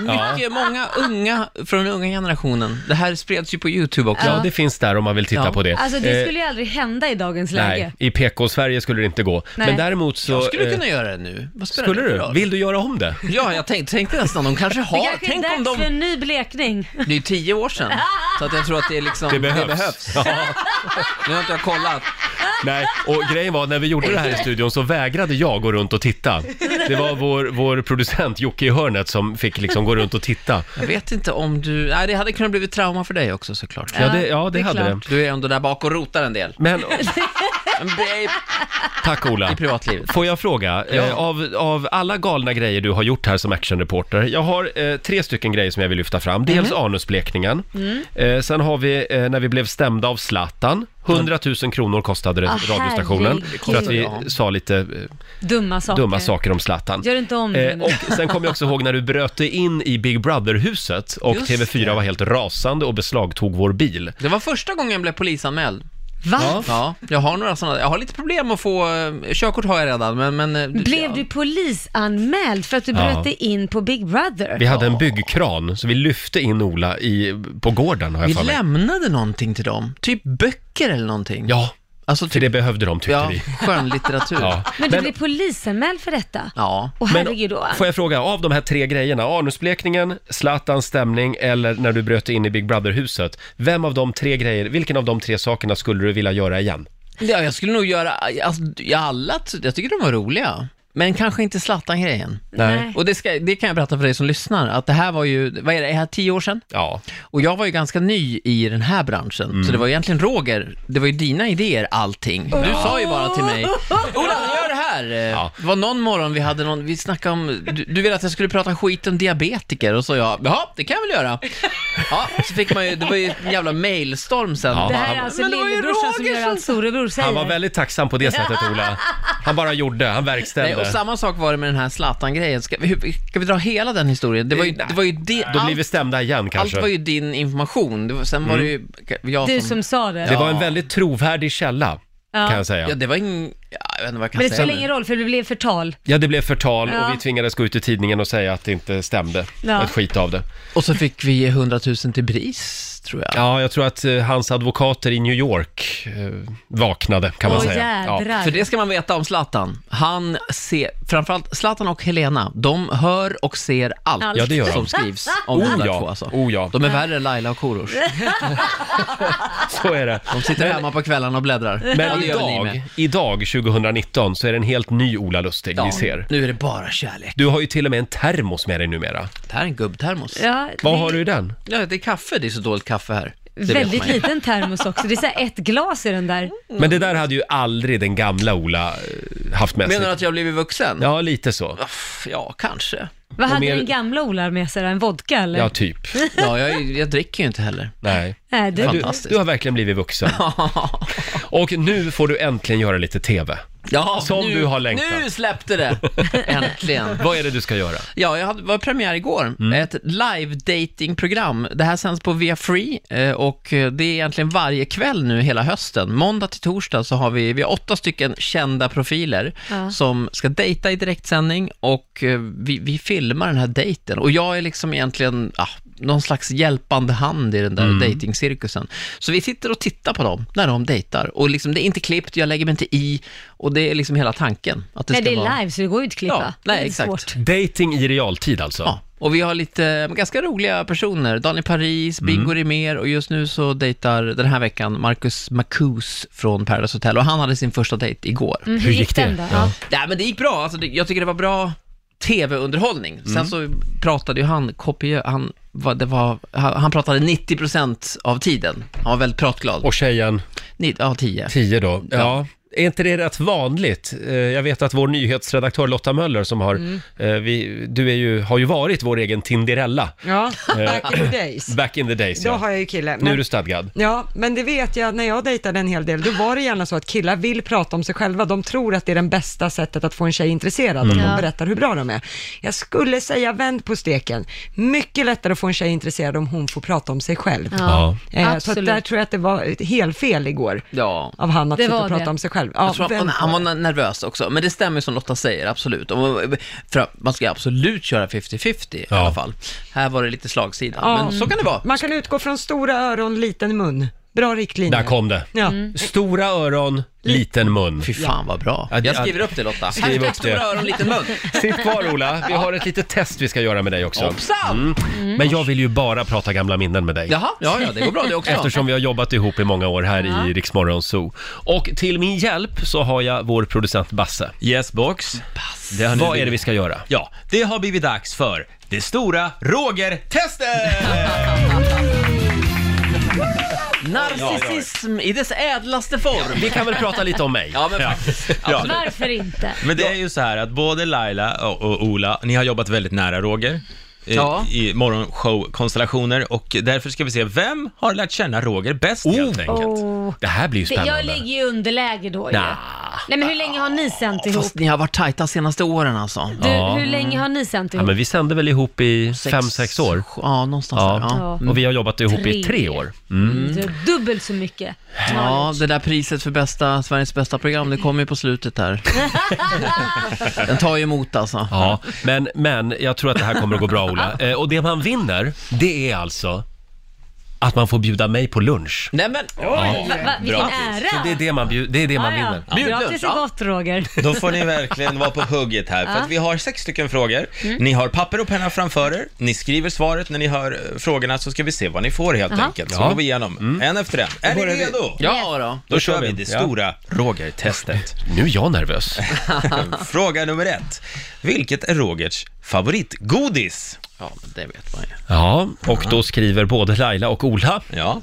Mycket, många unga, från den unga generationen. Det här spreds ju på YouTube också.
Ja, det finns där om man vill titta
Ja.
på det.
Alltså det
Eh,
skulle ju aldrig hända i dagens läge.
Nej, i PK-Sverige skulle det inte gå.
Nej.
Men däremot så...
Jag skulle
eh,
kunna göra det nu. Vad spelar
skulle
det för
du?
roll?
Vill du göra om det?
Ja, jag tänkte, tänkte nästan, de kanske
Det
har.
kanske är
Tänk
dags
om de...
för en ny blekning.
Det är ju tio år sedan, så att jag tror att det är liksom...
Det behövs.
Nu har inte jag kollat.
Nej, och grejen var när vi gjorde det här i studion så vägrade jag gå runt och titta. Det var vår, vår producent Jocke i hörnet som fick liksom gå runt och titta.
Jag vet inte om du... Nej, det hade kunnat blivit trauma för dig också såklart.
Ja, det, ja, det,
det är
hade
klart.
det.
Du är ändå där bak och rotar en del.
Men Tack Ola.
I privatlivet.
Får jag fråga, eh, av, av alla galna grejer du har gjort här som actionreporter, jag har eh, tre stycken grejer som jag vill lyfta fram. Dels anusblekningen,
Mm.
eh, sen har vi eh, när vi blev stämda av Zlatan, 100 000 kronor kostade det
Ah,
radiostationen för att vi
herregud.
sa lite eh,
Dumma saker.
dumma saker om Zlatan.
Gör inte om det
Eh,
nu.
och sen kommer jag också ihåg när du bröt dig in i Big Brother-huset och
Just
TV4 var helt rasande och beslagtog vår bil.
Det var första gången jag blev polisanmäld.
Va?
Ja, jag har några sådana. Jag har lite problem att få... eh, Körkort har jag redan, men... men eh,
Blev
ja.
du polisanmäld för att du bröt dig in på Big Brother?
Vi hade en byggkran, så vi lyfte in Ola i, på gården har jag
Vi
för mig.
lämnade någonting till dem. Typ böcker eller någonting.
Ja,
Alltså,
för
typ,
det behövde de tyckte
ja,
vi.
skönlitteratur.
Ja.
ja.
Men du blev polisanmäld för detta?
ja.
Åh
Men
herregud. då.
får jag fråga, av de här tre grejerna, anusblekningen, Zlatans stämning eller när du bröt dig in i Big Brother-huset, vem av de tre grejer, vilken av de tre sakerna skulle du vilja göra igen?
jag skulle nog göra... Alltså, jag, alla, t- jag tycker de var roliga. Men kanske inte Zlatan-grejen.
Nej.
Och det, ska, det kan jag berätta för dig som lyssnar, att det här var ju, vad är det, är det här tio år sedan?
Ja, Mm.
Och jag var ju ganska ny i den här branschen, så det var egentligen Roger, det var ju dina idéer allting. Du sa ju bara till mig, Ola, gör det här! eh,
Ja.
Det var någon morgon vi hade någon, vi snackade om, du, du ville att jag skulle prata skit om diabetiker och så jag, jaha, det kan jag väl göra. Ja, så fick man ju, det var ju en jävla mailstorm sen.
Ja.
Det här är
han-
alltså
Men det var ju
lillebrorsan som
Roger
gör
som-
allt storebror säger.
han var väldigt tacksam på det sättet Ola. Han bara gjorde, han
Nej,
verkställde.
och samma sak var det med den här Zlatan-grejen. Ska, vi- hur- ska vi dra hela den historien? Det var ju, det var ju det,
Då blir
allt,
vi stämda igen
allt
kanske. Mm.
var ju din information. Det var, sen var det ju jag
Du som sa det.
Det var en väldigt trovärdig källa,
Ja.
kan jag säga.
Ja, det var ingen... Ja, jag vet inte vad jag kan
Men det
säga.
spelar ingen roll för det blev förtal.
Ja, det blev förtal
Ja.
och vi tvingades gå ut i tidningen och säga att det inte stämde.
Ja.
Ett skit av det.
Och så fick vi 100 000 till BRIS, tror jag.
Ja, jag tror att eh, hans advokater i New York eh, vaknade, kan man
Åh
säga. Ja.
jädrar.
För det ska man veta om Zlatan. Han ser, framförallt Zlatan och Helena, de hör och ser allt
Allt. Ja,
det gör de.
som skrivs om
Oh,
de där
ja.
två alltså.
Oh, ja.
De är värre än Laila och Korosh.
Så är det.
De sitter hemma på kvällarna och bläddrar. Ja,
Men
det gör väl ni med.
idag, idag, 2019, så är det en helt ny Ola Lustig vi
Ja,
ser.
Nu är det bara kärlek.
Du har ju till och med en termos med dig numera.
Det här är en gubbtermos. Ja.
Ja,
Vad
det-
har du i den?
det är kaffe. Det är så dåligt kaffe här. Det vet
Väldigt
man ju.
liten termos också. Det är så här ett glas i den där.
Mm. Men det där hade ju aldrig den gamla Ola eh, haft med
Menar
sig.
du att jag har blivit vuxen?
Ja, lite så.
Pff, ja kanske.
Vad hade
mer-
den gamla Ola med sig? då? En vodka eller?
Ja, typ.
Ja, jag, jag dricker ju inte heller.
Nej.
Nej, du,
Du, du har verkligen blivit vuxen. Och nu får du äntligen göra lite TV.
Ja,
Som
nu,
du har längtat.
Nu släppte det! Äntligen.
Vad är det du ska göra?
Ja, jag hade, var premiär igår. Ett live datingprogram. Det här sänds på Via Free eh, och eh, det är egentligen varje kväll nu hela hösten. Måndag till torsdag så har vi, vi har åtta stycken kända profiler
Ja.
som ska dejta i direktsändning och eh, vi, vi filmar den här dejten. Och jag är liksom egentligen ah, någon slags hjälpande hand i den där dejtingcirkusen. Så vi sitter och tittar på dem när de dejtar. Och liksom, det är inte klippt, jag lägger mig inte i och det är liksom hela tanken. Att det
Nej,
ska
det
vara...
är live så det går ju inte att klippa.
Ja, nej,
Det är
exakt.
svårt.
Dating i realtid alltså?
Ja, och vi har lite eh, ganska roliga personer. Daniel Paris,
Mm.
Bingo Rimér och just nu så dejtar den här veckan Marcus Marcus från Paradise Hotel och han hade sin första dejt igår.
Mm,
Hur gick det?
den då?
Ja.
Ja.
Nej, men det gick bra. Alltså, det, jag tycker det var bra tv-underhållning.
Mm.
Sen så pratade ju han kopiö... Han, var- det var, han, han pratade 90% av tiden. Han var väldigt pratglad.
Och tjejen?
Ni, ja, 10.
10 då. Ja.
Ja.
Är inte det rätt vanligt? Eh, Jag vet att vår nyhetsredaktör Lotta Möller som har,
Mm.
eh, vi, du är ju, har ju varit vår egen Tinderella Eh,
Ja, back in the days.
back in the days.
Då
Ja.
har jag ju kille.
Nu är
Men-
du stadgad.
Ja, men det vet jag, när jag dejtade en hel del, då var det gärna så att killar vill prata om sig själva. De tror att det är det bästa sättet att få en tjej intresserad, om de berättar hur bra de är. Jag skulle säga vänd på steken. Mycket lättare att få en tjej intresserad om hon får prata om sig själv.
Ja.
Eh, så att
absolut.
där tror jag att det var ett helt fel igår
Ja.
av han att
Det
sitta
var
och prata
det.
om sig själv. Ja,
Jag tror han,
vänd på
han var
det.
nervös också, men det stämmer ju som Lotta säger, absolut. Och, eh, för att man ska absolut köra 50-50 i
Ja.
alla fall. Här var det lite slagsida,
Ja.
men så kan det vara.
Man kan utgå från stora öron, liten mun. Bra riktlinjer.
Där kom det.
Ja.
Stora öron, liten mun.
Fy fan vad bra.
Ja, det-
Jag skriver upp det Lotta.
Skriv
Hashtag
upp det.
stora öron, liten mun.
Sitt kvar Ola, vi har ett litet test vi ska göra med dig också. Mm.
Hoppsan!
Men jag vill ju bara prata gamla minnen med dig.
Jaha, ja, ja, det går bra det också.
Eftersom vi har jobbat ihop i många år här i Rix Morgon Zoo. Och till min hjälp så har jag vår producent Basse.
Yes box.
Vad är det vi ska göra?
Ja, det har blivit dags för det stora Roger-testet!
Narcissism i dess ädlaste form.
Vi kan väl prata lite om mig?
Ja, men faktiskt. Absolut.
Varför inte?
Men det är ju så här att både Laila och, och Ola, ni har jobbat väldigt nära Roger. eh,
Ja.
i morgonshow-konstellationer och därför ska vi se vem har lärt känna Roger bäst helt enkelt.
Oh.
Det här blir ju
Det- Jag
spännande.
ligger ju i underläge då ju.
Nja.
Nej men hur länge har ni sänt ihop?
Fast ni har varit tajta senaste åren alltså.
Du,
Ja.
hur länge har ni sänt
Ja,
ihop?
men vi sände väl ihop i fem, sex år?
sju- Ja, någonstans där. Ja. Mm.
Ja. Och vi har jobbat ihop i
Tre.
tre år. Mm.
Du har Dubbelt så mycket.
Ja, det där priset för bästa, Sveriges bästa program, det kommer ju på slutet här. Den tar ju emot alltså.
Ja, men, men jag tror att det här kommer att gå bra, Ola. Eh, och det man vinner, det är alltså att man får bjuda mig på lunch.
Nej men,
Va, va, vilken ära!
Så det är det man, bjud, det är det man vinner.
Ah, Ja, ja. Gratis är gott Roger.
Då får ni verkligen vara på hugget här, för att vi har sex stycken frågor. Ni har papper och penna framför er, ni skriver svaret när ni hör eh, frågorna, så ska vi se vad ni får helt
Jaha.
enkelt. Så går vi igenom, en efter en. Är ni redo?
ja då.
Då kör vi det stora Roger-testet.
Nu är jag nervös.
Fråga nummer ett. Vilket är Rogers favoritgodis?
Ja, men det vet man ju.
Ja, och då skriver både Laila och Ola.
Ja,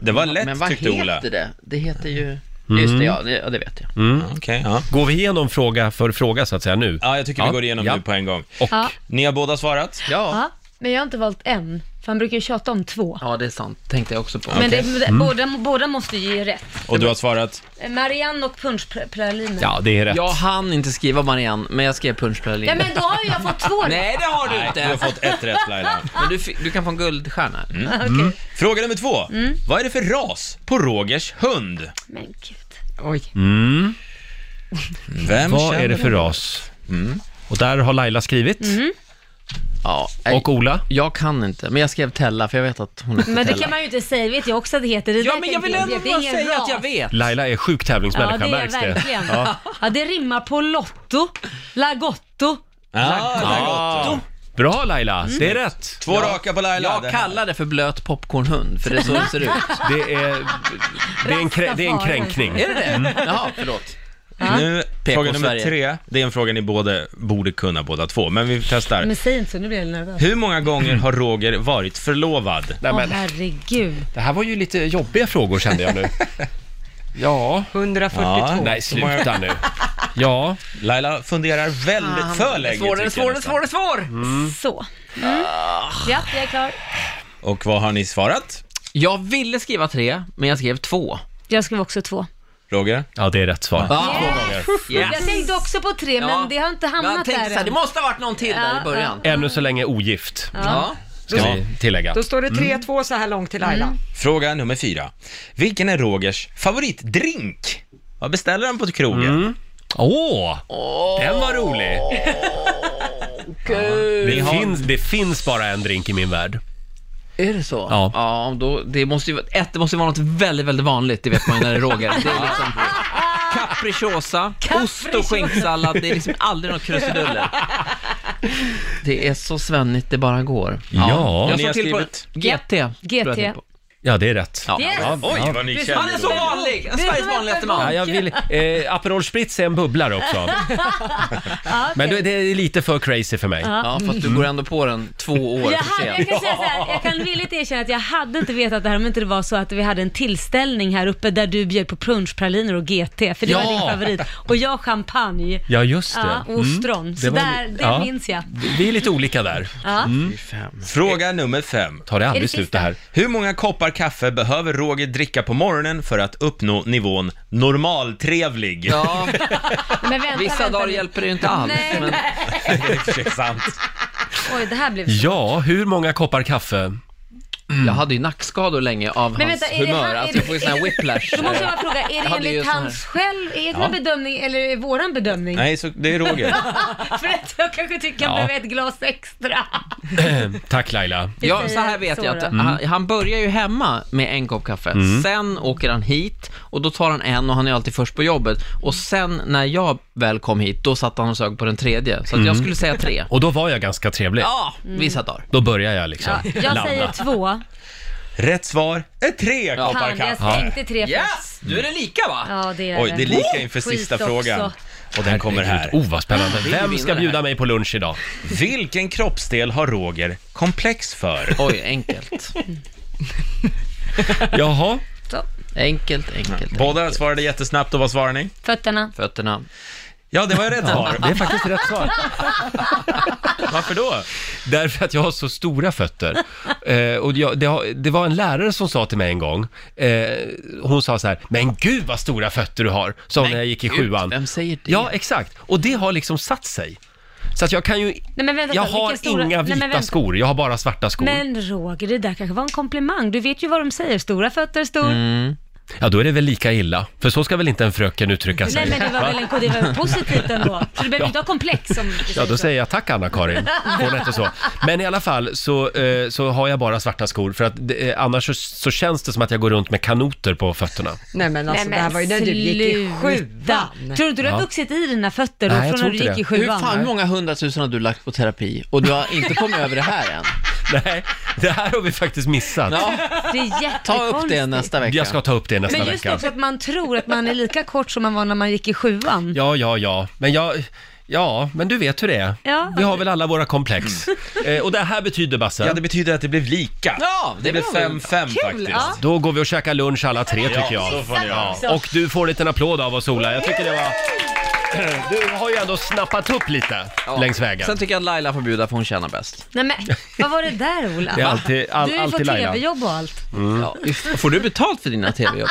det var lätt
men vad
tyckte
heter
Ola.
det? Det heter ju...
Mm.
Just det, ja det, ja, det vet jag.
Ja, Okej, ja.
Går vi igenom fråga för fråga så att säga nu?
ja, jag tycker vi går igenom
ja.
nu på en gång.
Och,
Ja.
Ni har båda svarat?
Ja.
Ja, men jag har inte valt en, för han brukar ju tjata om två.
ja, det är sant. Tänkte jag också på.
Men det,
Mm.
båda, båda måste ju ge rätt.
Och du har svarat?
Marianne och punschpraliner.
ja, det är rätt.
Jag hann inte skriva Marianne, men jag skrev punschpraliner.
ja, men då har ju jag fått två rätt.
Nej, det har du
Nej, du
inte.
har fått ett rätt Laila.
Men du, fi- du kan få en guldstjärna.
Mm.
Mm.
Fråga nummer två. Vad är det för ras på Rogers hund?
Mm. Men gud.
Oj.
Vem
Mm. Vad
känner
är det för ras?
Mm.
Och där har Laila skrivit.
Mm. Ja, nej,
Och Ola?
jag kan inte, men jag skrev Tella, för jag vet att hon heter
Men det
Tella.
kan man ju inte säga, vet jag också att det heter. Det
Ja,
där
men jag
tänker
vill ändå
det är
bara
ingen
säga att
ras.
jag vet.
Laila är sjuk
Ja,
tävlingsmänniska,
det är jag
märks det?
verkligen. Ja. det rimmar på Lotto, Lagotto.
Ah, Lagotto.
Ja,
Bra Laila, Alltså,
Mm.
det är rätt.
Två raka på Laila. Det
jag
här-
kallar det för blöt popcornhund, för det är så det ser ut.
Det är, det är, en, krä, det är en kränkning. Mm.
Är det det? Jaha, förlåt.
Nu,
PK
fråga nummer
Sverige.
tre. Det är en fråga ni både borde kunna båda två, men vi testar.
Men säg inte så, nu blir jag nervös.
Hur många gånger har Roger varit förlovad?
Nej,
Åh
men,
herregud.
det här var ju lite jobbiga frågor kände jag nu. Ja,
142.
nej sluta nu. Ja,
Laila funderar väldigt för länge.
Ah, Svårare,
tycker jag
svårare,
nästan. Ah.
svårare, svår!
Så. Mm. Ja, jag är klar.
Och vad har ni svarat?
Jag ville skriva tre, men jag skrev två.
Jag skrev också två.
Roger?
ja det är rätt svar.
Ah,
Jag tänkte också på tre, men det har inte hamnat
tänkte
där
så här,
än.
Det måste ha varit någon till där
Ja,
i början.
Ännu så länge ogift,
Ja.
ska vi tillägga.
Då står
Mm.
det 3-2 så här långt till Laila.
Fråga nummer fyra. Vilken är Rogers favoritdrink? Vad beställer han på krogen?
Mm. Åh, den var rolig. Det finns, det finns bara en drink i min värld.
Är det så?
Ja.
ja då, det måste ju, vara- ett, det måste ju vara något väldigt, väldigt vanligt, det vet man ju när det är Roger. Det är liksom capricciosa, ost och skinksallad, det är liksom aldrig något krusiduller. Det är så svennigt det bara går.
Ja.
Jag
Ni har
slår till på
skrivit-
GT.
GT.
Ja, det är rätt.
Ja.
Yes!
Ja,
Oj, vad ni
Han är
känner
så
Roger.
vanlig!
Det är
Sveriges
som en
vanligaste
Ja,
man.
jag vill, eh, Aperol Spritz är en bubblare också. Men det det är lite för crazy för mig. Mm.
Ja, för att du går ändå på den två år
Jag,
för
hade, jag,
sent.
kan säga så här, jag kan villigt erkänna att jag hade inte vetat det här om inte det var så att vi hade en tillställning här uppe där du bjöd på punschpraliner och GT, för det
Ja.
var din favorit. Och jag champagne.
Ja, just det.
Ja, och ostron. Så
var-
där, det
ja.
minns jag.
Vi är lite olika där.
Fråga nummer fem.
Tar det
Är det
aldrig slut
sista?
det här.
Hur många koppar kaffe behöver Roger dricka på morgonen för att uppnå nivån normaltrevlig?
Ja,
Men vänta,
vissa
vänta
dagar
nu.
hjälper det ju inte alls.
Nej,
Men
Det är i och för sig sant.
Oj, det här blev...
Ja, hur många koppar kaffe?
Mm. jag hade ju nackskador länge av
Men
hans
vänta, är det
humör.
här- är
Alltså jag
det-
får ju sån här
är-
whiplash.
Då måste jag bara fråga, är
hade
det
ju
enligt
sån här-
hans själv, egna
Ja.
bedömning eller är det våran bedömning?
Nej, så det är Roger.
För att jag kanske tycker han
Ja.
behöver ett glas extra.
Tack Laila. Mm.
Ja,
säger
så här vet
så
jag
då.
att han, han börjar ju hemma med en kopp kaffe, sen åker han hit och då tar han en och han är alltid först på jobbet och sen när jag väl kom hit, då satt han och sög på den tredje. Så att jag skulle säga tre.
Mm. Och då var jag ganska trevlig.
Ja, vissa dagar.
Då börjar jag liksom
Mm. Ja, jag
landa.
säger typ två.
Rätt svar är tre koppar
Fan, jag
kaffe.
tänkte tre först.
Yes! Du är det lika va?
Ja, det är
Oj, det är lika inför
Skit
sista
också.
frågan. Och den kommer här.
Herregud, Oh, vad spännande.
är ju
Vem ska
vinnare
bjuda
här.
mig på lunch idag?
Vilken kroppsdel har Roger komplex för?
Oj, enkelt.
Jaha,
Enkelt, enkelt.
Båda svarade jättesnabbt och vad svarar ni?
Fötterna.
Fötterna.
Ja, det var ju rätt svar.
Det är faktiskt rätt svar.
Varför då?
Därför att jag har så stora fötter. Eh, och jag, det, har, det var en lärare som sa till mig en gång, eh, hon sa så här, men gud vad stora fötter du har, sa hon när jag gick i
Gud,
sjuan.
Vem säger det?
Ja, exakt. Och det har liksom satt sig. Så att jag kan ju...
Nej, men vänta,
jag
vilka
har
stora-
inga
Nej, men
vita
vänta.
skor, jag har bara svarta skor.
Men Roger, det där kanske var en komplimang. Du vet ju vad de säger, stora fötter, stor...
Mm, Ja, då är det väl lika illa. För så ska väl inte en fröken uttrycka sig?
Nej men det var
va?
väl en, det var väl positivt ändå. Så du behöver inte ha komplex om du
Ja, då
så.
säger jag tack Anna-Karin. Hon heter så. Men i alla fall så, eh, så har jag bara svarta skor för att det, eh, annars så, så känns det som att jag går runt med kanoter på fötterna.
Nej men alltså det här var ju när du gick i
sluta.
sjuan.
Tror du inte du har
Ja.
vuxit i dina fötter då
Nej,
från
jag tror
när du
inte
gick
det.
i
Hur
sjuan?
fan hur många hundratusen har du lagt på terapi och du har inte kommit över det här än?
Nej, det här har vi faktiskt missat.
Ja,
Det är jättekonstigt.
ta upp det nästa vecka.
Jag ska ta upp det nästa
Men just
vecka.
också att man tror att man är lika kort som man var när man gick i sjuan.
Ja, ja, ja. Men jag... Ja, men du vet hur det är.
Ja.
Vi har väl alla våra komplex.
Mm.
Eh, och det här betyder, Basse,
Ja, det betyder att det blev lika.
Ja, det
det blev
var väl-
5-5 faktiskt.
ja.
då går vi och käkar lunch alla tre tycker
Ja,
jag.
så får ni göra.
Ja, och du får en liten applåd av oss Ola. Jag tycker det var... Du har ju ändå snappat upp lite
Ja.
längs vägen.
Sen tycker jag att Laila får bjuda för hon tjänar bäst.
Nej men, vad var det där Ola?
Det är alltid- all-
du har ju fått
alltid Laila.
tv-jobb och allt.
Mm.
Ja. Får du betalt för dina tv-jobb?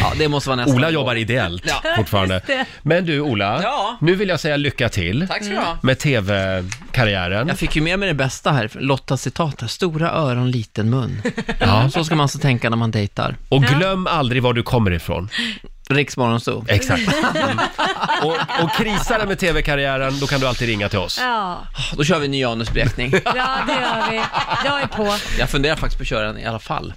Ja, det måste vara nästa
Ola
gång.
jobbar ideellt
Ja.
fortfarande.
Just det.
Men du Ola,
Ja.
nu vill jag säga lycka till
Tack ska du ha.
med tv-karriären.
Jag fick ju med mig det bästa här, Lottas citat här. Stora öron, liten mun.
Ja.
Så ska man alltså tänka när man dejtar.
Och glöm aldrig var du kommer ifrån.
Riksmorgon så.
Exakt. Mm. Och, och krisar det med tv-karriären, då kan du alltid ringa till oss.
Ja,
Ah, Då kör vi en ny anusblekning.
ja det gör vi. Jag är på.
Jag funderar faktiskt på att köra den i alla fall.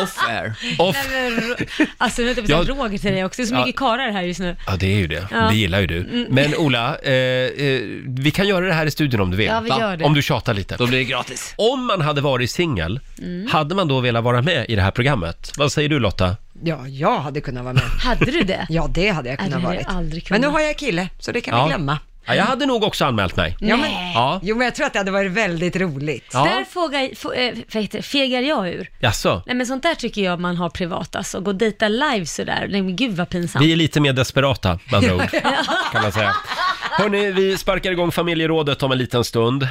Off air.
Off.
Nej, men, Ro- alltså nu är det
Ja.
jag... Roger till dig också. Det är så mycket karlar här just nu.
Ja, det är ju det.
Ja.
Det gillar ju du.
Mm.
Men Ola, eh, eh, vi kan göra det här i studion om du vill.
Ja, vi
Va?
gör det.
Om du tjatar lite.
Då blir det gratis.
Om man hade varit singel,
Mm.
hade man då velat vara med i det här programmet? Vad säger du Lotta?
Ja, jag hade kunnat vara med.
Hade du det?
Ja, det hade jag
Ja,
kunnat
det hade
varit.
jag aldrig
Men nu
kunnat.
har jag kille, så det kan vi glömma.
Ja, jag hade nog också anmält mig.
Ja, men,
Nej.
Ja.
Eh, Jo, men jag tror att det hade varit väldigt roligt.
Ja.
Där frågar, få- eh, vad heter det? fegar jag ur.
Jaså?
Nej men sånt där tycker jag man har privat alltså. Gå och dejta live sådär. Nej men gud vad pinsamt.
Vi är lite mer desperata, med andra ord, kan man säga. Hörni, vi sparkar igång familjerådet om en liten stund.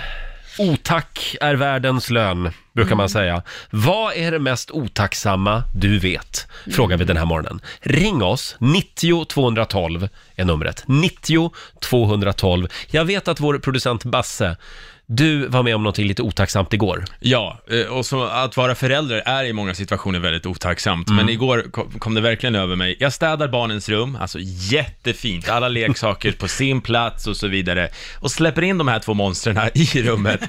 Otack är världens lön, brukar man säga. Vad är det mest otacksamma du vet? Frågar vi den här morgonen. Ring oss, 90 212 är numret. 90 212. Jag vet att vår producent Basse, du var med om någonting lite otacksamt igår.
Ja, eh, och så att vara förälder är i många situationer väldigt otacksamt,
Mm.
men igår kom- kom det verkligen över mig. Jag städar barnens rum, alltså jättefint, alla leksaker på sin plats och så vidare, och släpper in de här två monstren i rummet.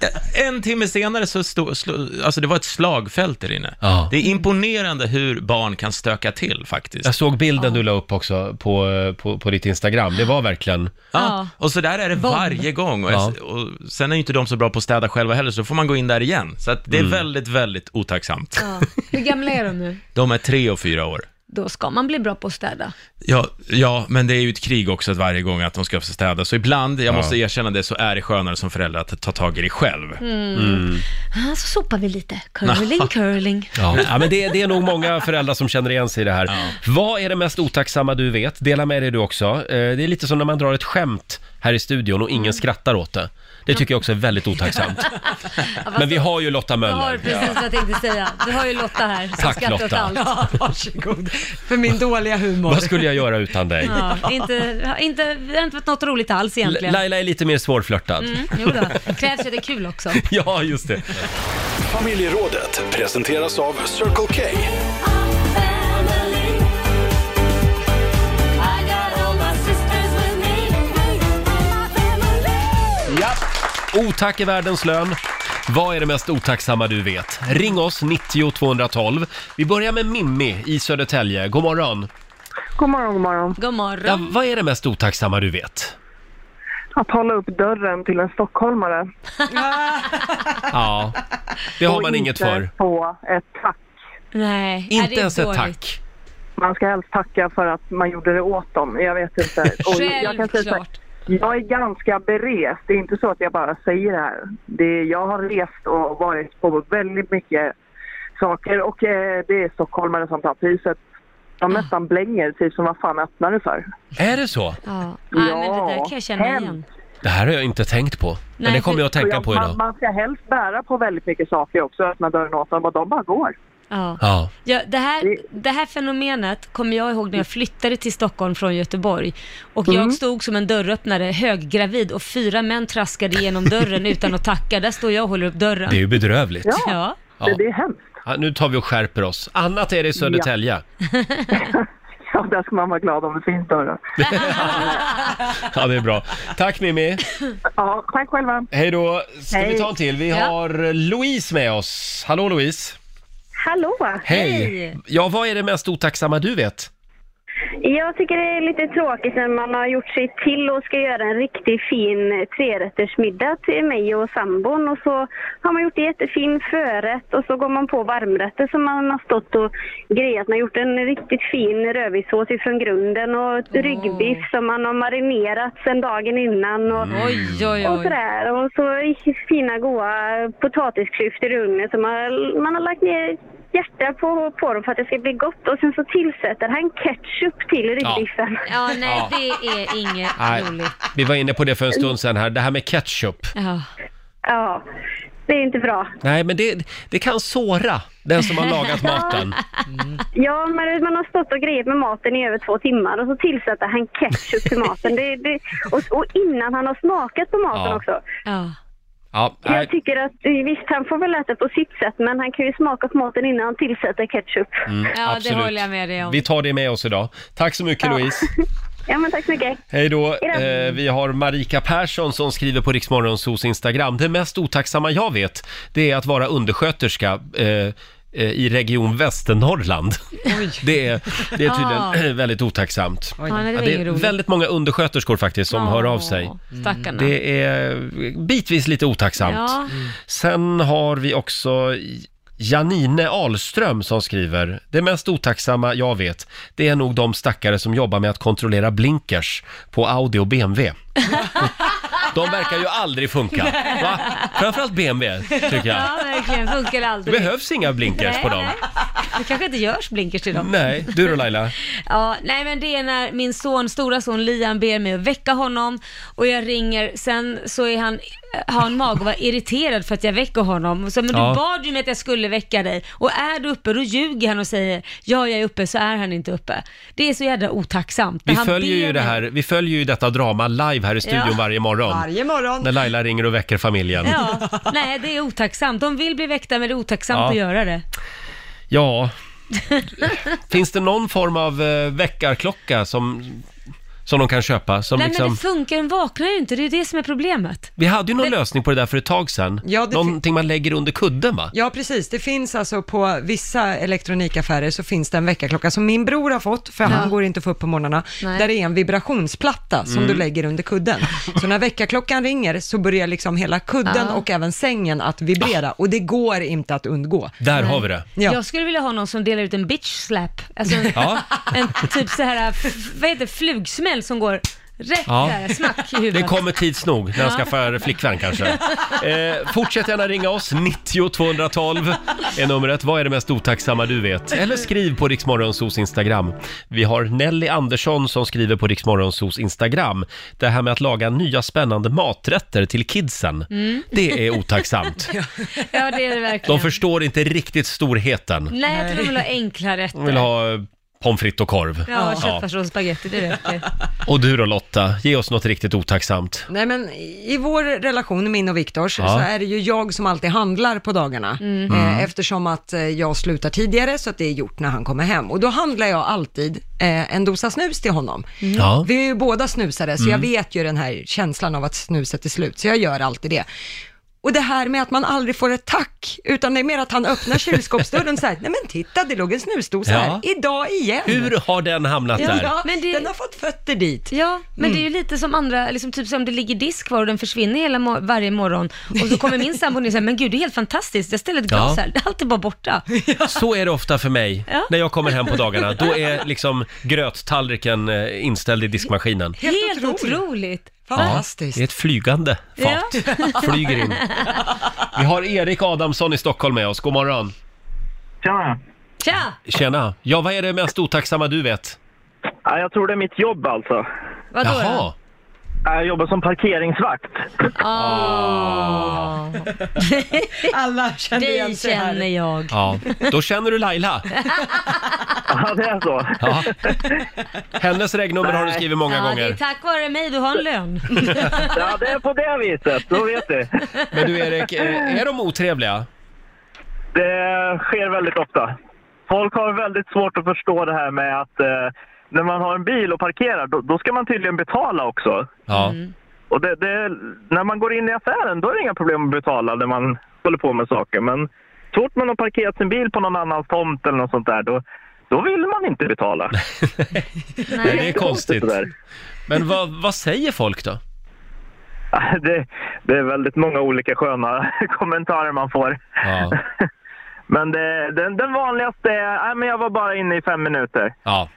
Eh, En timme senare så stod, slå, alltså det var ett slagfält där inne.
Ja.
Det är imponerande hur barn kan stöka till faktiskt.
Jag såg bilden du la upp också på, på, på ditt Instagram. Det var verkligen...
Ja,
Ja.
och så där är det varje gång. Och,
Ja.
och sen är ju inte de så bra på att städa själva heller, så då får man gå in där igen. Så att det är väldigt, väldigt otacksamt.
Ja. Hur gamla är de nu?
De är tre och fyra år.
Då ska man bli bra på att städa.
Ja, ja, men det är ju ett krig också att varje gång att de ska städa. Så ibland, jag måste erkänna det, så är det skönare som förälder att ta tag i det själv. Mm.
Ah, så sopar vi lite. Curling, curling.
Mm. Ja. men det, det är nog många föräldrar som känner igen sig i det här. Vad är det mest otacksamma du vet? Dela med dig du också. Eh, Det är lite som när man drar ett skämt här i studion och
Mm.
ingen skrattar åt det. Det tycker jag också är väldigt otacksamt. Men vi har ju Lotta
Jag har
Möller.
precis vad jag tänkte säga. Du har ju Lotta här. som
Tack,
skrattar åt
Lotta.
allt.
Ja, varsågod. För min dåliga humor.
Vad skulle jag göra utan dig?
Ja, inte, inte, det har inte varit något roligt alls
L-
egentligen.
Laila är lite mer svårflörtad.
Mm, jo då. Det krävs ju att det är kul också.
Ja, just det.
Familjerådet presenteras av Circle K.
Ja. Otack är världens lön. Vad är det mest otacksamma du vet? Ring oss, 90 212. Vi börjar med Mimmi i Södertälje. God morgon.
God morgon, god morgon.
God
Ja,
morgon.
vad är det mest otacksamma du vet?
Att hålla upp dörren till en stockholmare.
Ja, det har
och
man inget
inte
för.
få ett tack.
Nej, nej,
Inte
det är
ens ett
dåligt.
tack.
Man ska helst tacka för att man gjorde det åt dem. Jag vet inte. Och jag kan säga så här,
Självklart.
Jag är ganska berest. Det är inte så att jag bara säger det här. Det är, jag har rest och varit på väldigt mycket leksaker och eh, det är stockholmare som tar priset.
Ah.
De nästan blänger, typ som vad fan öppnar du för?
Är det så?
Ja, Nej, men det där kan jag känna igen.
Det här har jag inte tänkt på. Men
Nej,
det kommer
för-
jag att tänka
Och
på
man,
idag.
man ska helst bära på väldigt mycket saker också, öppna dörren åt dem och de bara går.
Ja.
Ja.
Ja, det, här, det här fenomenet kommer jag ihåg när
Mm.
jag flyttade till Stockholm från Göteborg. Och jag stod som en dörröppnare, höggravid, och fyra män traskade igenom dörren utan att tacka. Där står jag och håller upp dörren.
Det är ju bedrövligt.
Ja,
Ja.
Ja.
Det, det är hemskt.
Ja, nu tar vi och skärper oss. Annat är det i Södertälje.
Ja, där ska man vara glad om det finns dörrar.
Ja. det är bra. Tack Mimmi.
Ja, tack själva.
Hej då. Ska vi
Hej.
ta en till? Vi
Ja.
har eh, Louise med oss. Hallå Louise.
Hallå!
Hej.
Hej.
Ja, vad är det mest otacksamma du vet?
Jag tycker det är lite tråkigt när man har gjort sig till och ska göra en riktigt fin trerättersmiddag till mig och sambon och så har man gjort en jättefin förrätt och så går man på varmrätter som man har stått och grejat. Man har gjort en riktigt fin rödvinssås ifrån grunden och ryggbiff som man har marinerat sedan dagen innan och,
Mm. Oj, oj,
och
oj.
sådär. Och så fina goda potatisklyftor i ugnen som man, har- man har lagt ner hjärta på, på dem för att det ska bli gott och sen så tillsätter han ketchup till ryggbiffen.
Ja, nej,
Ja.
det är inget
Nej.
roligt.
Vi var inne på det för en stund sedan här, det här med ketchup.
Ja.
Ja, det är inte bra.
Nej, men det, det kan såra den som har lagat maten.
Ja, men man har stått och grejat med maten i över två timmar och så tillsätter han ketchup till maten. Det, det, och, och innan han har smakat på maten
Ja.
också.
Ja.
Ja, nej.
Jag tycker att eh, visst, han får väl äta på sitt sätt, men han kan ju smaka på maten innan han tillsätter ketchup.
Ja,
Mm, absolut.
det håller jag med dig om.
Vi tar det med oss idag. Tack så mycket Louise.
Ja, men tack så mycket.
Hej då.
då.
Eh, vi har Marika Persson som skriver på Riksmorgonsos Instagram. Det mest otacksamma jag vet, det är att vara undersköterska eh, eh, i Region Västernorrland. Det är, det är tydligen väldigt otacksamt.
Ah. Ja, nej, det
Ja,
var
det
inget
är
roligt.
väldigt många undersköterskor faktiskt som
Ja,
hör av sig.
Stackarna.
Mm, Det är bitvis lite otacksamt.
Ja.
Sen har vi också Janine Ahlström som skriver, det mest otacksamma jag vet, det är nog de stackare som jobbar med att kontrollera blinkers på Audi och BMW. De verkar ju aldrig funka. Va? Framförallt BMW, tycker jag.
Ja, verkligen. Funkar
Det
aldrig.
behövs inga blinkers på dem.
Det kanske inte görs blinkers till dem.
Nej, du då Laila?
Ja, nej men det är när min son, stora son Liam ber mig att väcka honom och jag ringer, sen så är han, eh, har han mag att vara irriterad för att jag väcker honom. Så, men
Ja.
du bad ju mig att jag skulle väcka dig och är du uppe då ljuger han och säger ja jag är uppe så är han inte uppe. Det är så jävla otacksamt.
Vi
När han
följer
ber
ju det
mig-
här, vi följer ju detta drama live här i studion
Ja.
varje morgon.
Varje morgon.
När Laila ringer och väcker familjen.
Ja, nej det är otacksamt. De vill bli väckta men det är otacksamt
Ja.
att göra det.
Ja. Finns det någon form av eh, väckarklocka som, som de kan köpa? Som
nej men
liksom,
det funkar, den vaknar ju inte, det är det som är problemet.
vi hade ju någon lösning på det där för ett tag sedan.
Ja, det fin-
Någonting man lägger under kudden va?
Ja, precis. Det finns alltså på vissa elektronikaffärer så finns det en väckarklocka som min bror har fått, för han går inte att få upp på morgnarna,
Nej.
där det är en vibrationsplatta som
Mm.
du lägger under kudden. Så när väckarklockan ringer så börjar liksom hela kudden
Ja.
och även sängen att vibrera och det går inte att undgå.
Där har vi det.
Ja.
Jag skulle vilja ha någon som delar ut en bitch slap. Alltså en,
Ja.
en typ så här, f- vad heter det, flugsmäll som går rätt
Ja.
där, smack i
Det
huvudet.
kommer tids nog när jag skaffar flickvän kanske. Eh, fortsätt gärna ringa oss, 90 212 är numret. Vad är det mest otacksamma du vet? Eller skriv på Riksmorgonsos Instagram. Vi har Nelly Andersson som skriver på Riksmorgonsos Instagram. Det här med att laga nya spännande maträtter till kidsen,
Mm.
det är otacksamt.
Ja, det är det verkligen.
De förstår inte riktigt storheten.
Nej, jag tror de vill ha enkla rätter.
De vill ha eh, pommes frites och korv.
Ja, köttfärssås och spagetti, det räcker.
Och du då Lotta, ge oss något riktigt otacksamt.
Nej men i vår relation, min och Viktors,
Ja. Mm.
så är det ju jag som alltid handlar på dagarna. Eh, eftersom att eh, jag slutar tidigare så att det är gjort när han kommer hem. Och då handlar jag alltid eh, en dosa snus till honom.
Ja. Mm.
Vi är ju båda snusare så jag vet ju den här känslan av att snuset är slut, så jag gör alltid det. Och det här med att man aldrig får ett tack, utan det är mer att han öppnar kylskåpsdörren och säger, nej men titta det låg en snusdosa
Ja.
här, idag igen.
Hur har den hamnat
Ja,
där?
Men det-
Den har fått fötter dit. Mm.
Ja, men det är ju lite som andra, liksom typ som det ligger disk kvar och den försvinner hela mo- varje morgon. Och så kommer min sambo och säger, men gud det är helt fantastiskt, jag ställer ett glas
Ja.
här, allt är bara borta.
Så är det ofta för mig
Ja.
när jag kommer hem på dagarna. Då är liksom gröttallriken eh, inställd i diskmaskinen.
Helt,
otroligt.
otroligt.
Fantastiskt.
det är ett flygande
Ja.
fat. Flyger in. Vi har Erik Adamsson i Stockholm med oss. God morgon.
Tjena!
Tja!
Tjena! Ja, vad är det mest otacksamma du vet?
Ja, jag tror det är mitt jobb alltså.
Vadå då?
Jaha!
Jag jobbar som parkeringsvakt.
Ah.
Alla känner
Dig
igen sig här.
känner jag.
Ja, då känner du Laila.
Ja, det är så.
Ja. Hennes regnummer har du skrivit många
ja, Det är
gånger.
tack vare mig du har en lön.
Ja, det är på det viset. Då vet du.
Men du Erik, eh, är de otrevliga?
Det sker väldigt ofta. Folk har väldigt svårt att förstå det här med att eh, när man har en bil och parkerar, då, då ska man tydligen betala också.
Ja.
Mm.
Och det, det, när man går in i affären, då är det inga problem att betala när man håller på med saker. Men så fort man har parkerat sin bil på någon annans tomt eller något sånt där, då, då vill man inte betala.
Nej, det är konstigt.
Det där.
Men vad, vad säger folk då?
Det, det är väldigt många olika sköna kommentarer man får.
Ja.
Men det, den, den vanligaste är, nej men jag var bara inne i fem minuter.
Ja.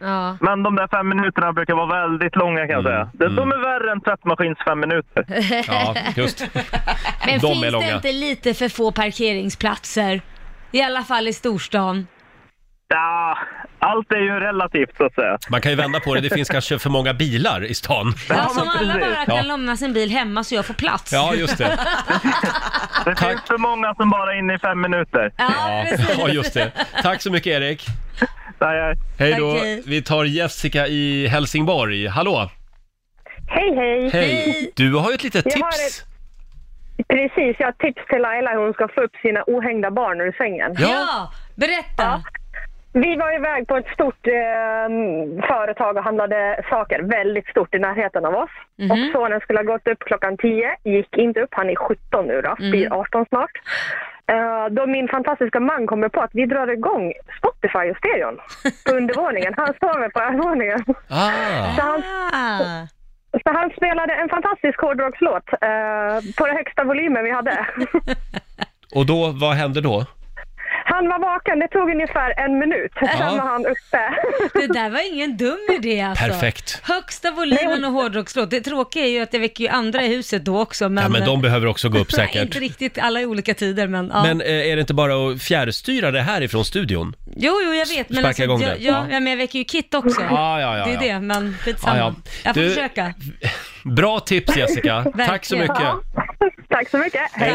Ja.
Men de där fem minuterna brukar vara väldigt långa
Mm,
kan jag säga. De, de är värre än tvättmaskins fem minuter.
Ja, just.
Men
De är
finns det
långa.
inte lite för få parkeringsplatser? I alla fall i storstan.
Ja, allt är ju relativt så att säga.
Man kan ju vända på det, det finns kanske för många bilar i stan.
Ja, som alla bara kan
Ja.
lämna sin bil hemma så jag får plats.
Ja, just det.
Det finns för många som bara är inne i fem minuter.
Ja, ja, just det. Tack så mycket Erik. Hej då.
Tack, hej.
Vi tar Jessica i Helsingborg. Hallå!
Hej, hej!
Du har ju ett litet
Jag har
tips.
ett- Precis, jag har ett tips till Laila hur hon ska få upp sina ohängda barn ur sängen.
Ja, berätta!
Vi var iväg på ett stort eh, företag och handlade saker, väldigt stort i närheten av oss.
Mhm.
Och sonen skulle ha gått upp klockan 10, gick inte upp, han är 17 nu då,
Mhm.
blir 18 snart. Eh, då min fantastiska man kommer på att vi drar igång Spotify och stereon på undervåningen. Han sover på övervåningen.
Ah.
Så han, så han spelade en fantastisk hårdrockslåt eh, på den högsta volymen vi hade.
Och då, vad hände då?
Han var vaken, det tog ungefär en minut. Sen var han uppe.
Det där var ingen dum idé alltså.
Perfekt.
Högsta volymen och hårdrockslåt. Det tråkiga är ju att det väcker ju andra i huset då också. Men, eh,
Ja, men de behöver också gå upp
inte
säkert.
riktigt, alla i olika tider men ja.
Men eh, är det inte bara att fjärrstyra det här ifrån studion?
Jo, jo, jag vet. Men, alltså,
Sparka igång
jag,
det.
ja. ja, men jag väcker ju Kit också.
Ja, ja, ja,
det är
ja.
det, men skitsamma.
Ja, ja.
Jag får
Du-
försöka.
Bra tips Jessica! Tack så
Verkligen.
mycket!
Tack så mycket. Hej,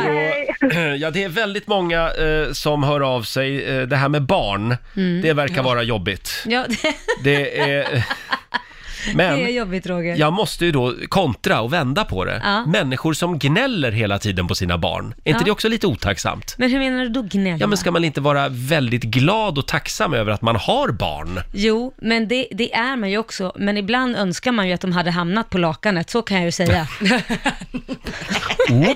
hej.
Ja, det är väldigt många eh, som hör av sig. Eh, det här med barn,
Mm.
det verkar vara jobbigt.
Ja, det,
Det är...
det är
Men
jobbigt Roger.
jag måste ju då kontra och vända på det.
Ja.
Människor som gnäller hela tiden på sina barn, är inte
Ja.
det också lite otacksamt?
Men hur menar du då gnälla?
Ja, men ska man inte vara väldigt glad och tacksam över att man har barn?
Jo, men det, det är man ju också. Men ibland önskar man ju att de hade hamnat på lakanet, så kan jag ju säga. Nej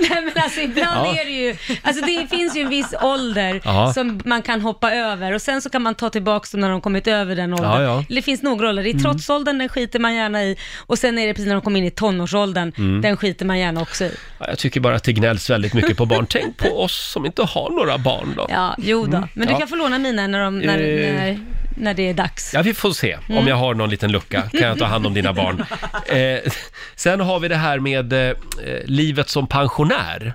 men alltså ibland
Ja.
är det ju, alltså det finns ju en viss ålder
Ja.
som man kan hoppa över och sen så kan man ta tillbaka dem när de kommit över den åldern.
Ja, ja.
Eller Det finns några åldrar, det är
Mm.
trotsåldern, den skiter man gärna i och sen är det precis när de kommer in i tonårsåldern,
Mm.
den skiter man gärna också i.
Ja, Jag tycker bara att det gnälls väldigt mycket på barn. Tänk på oss som inte har några barn då.
Ja, jo då.
Mm.
Men du
Ja.
kan få låna mina när, de, när,
Eh.
när, när det är dags.
Ja, vi får se. Om
Mm.
jag har någon liten lucka kan jag ta hand om dina barn. Eh, sen har vi det här med eh, livet som pensionär.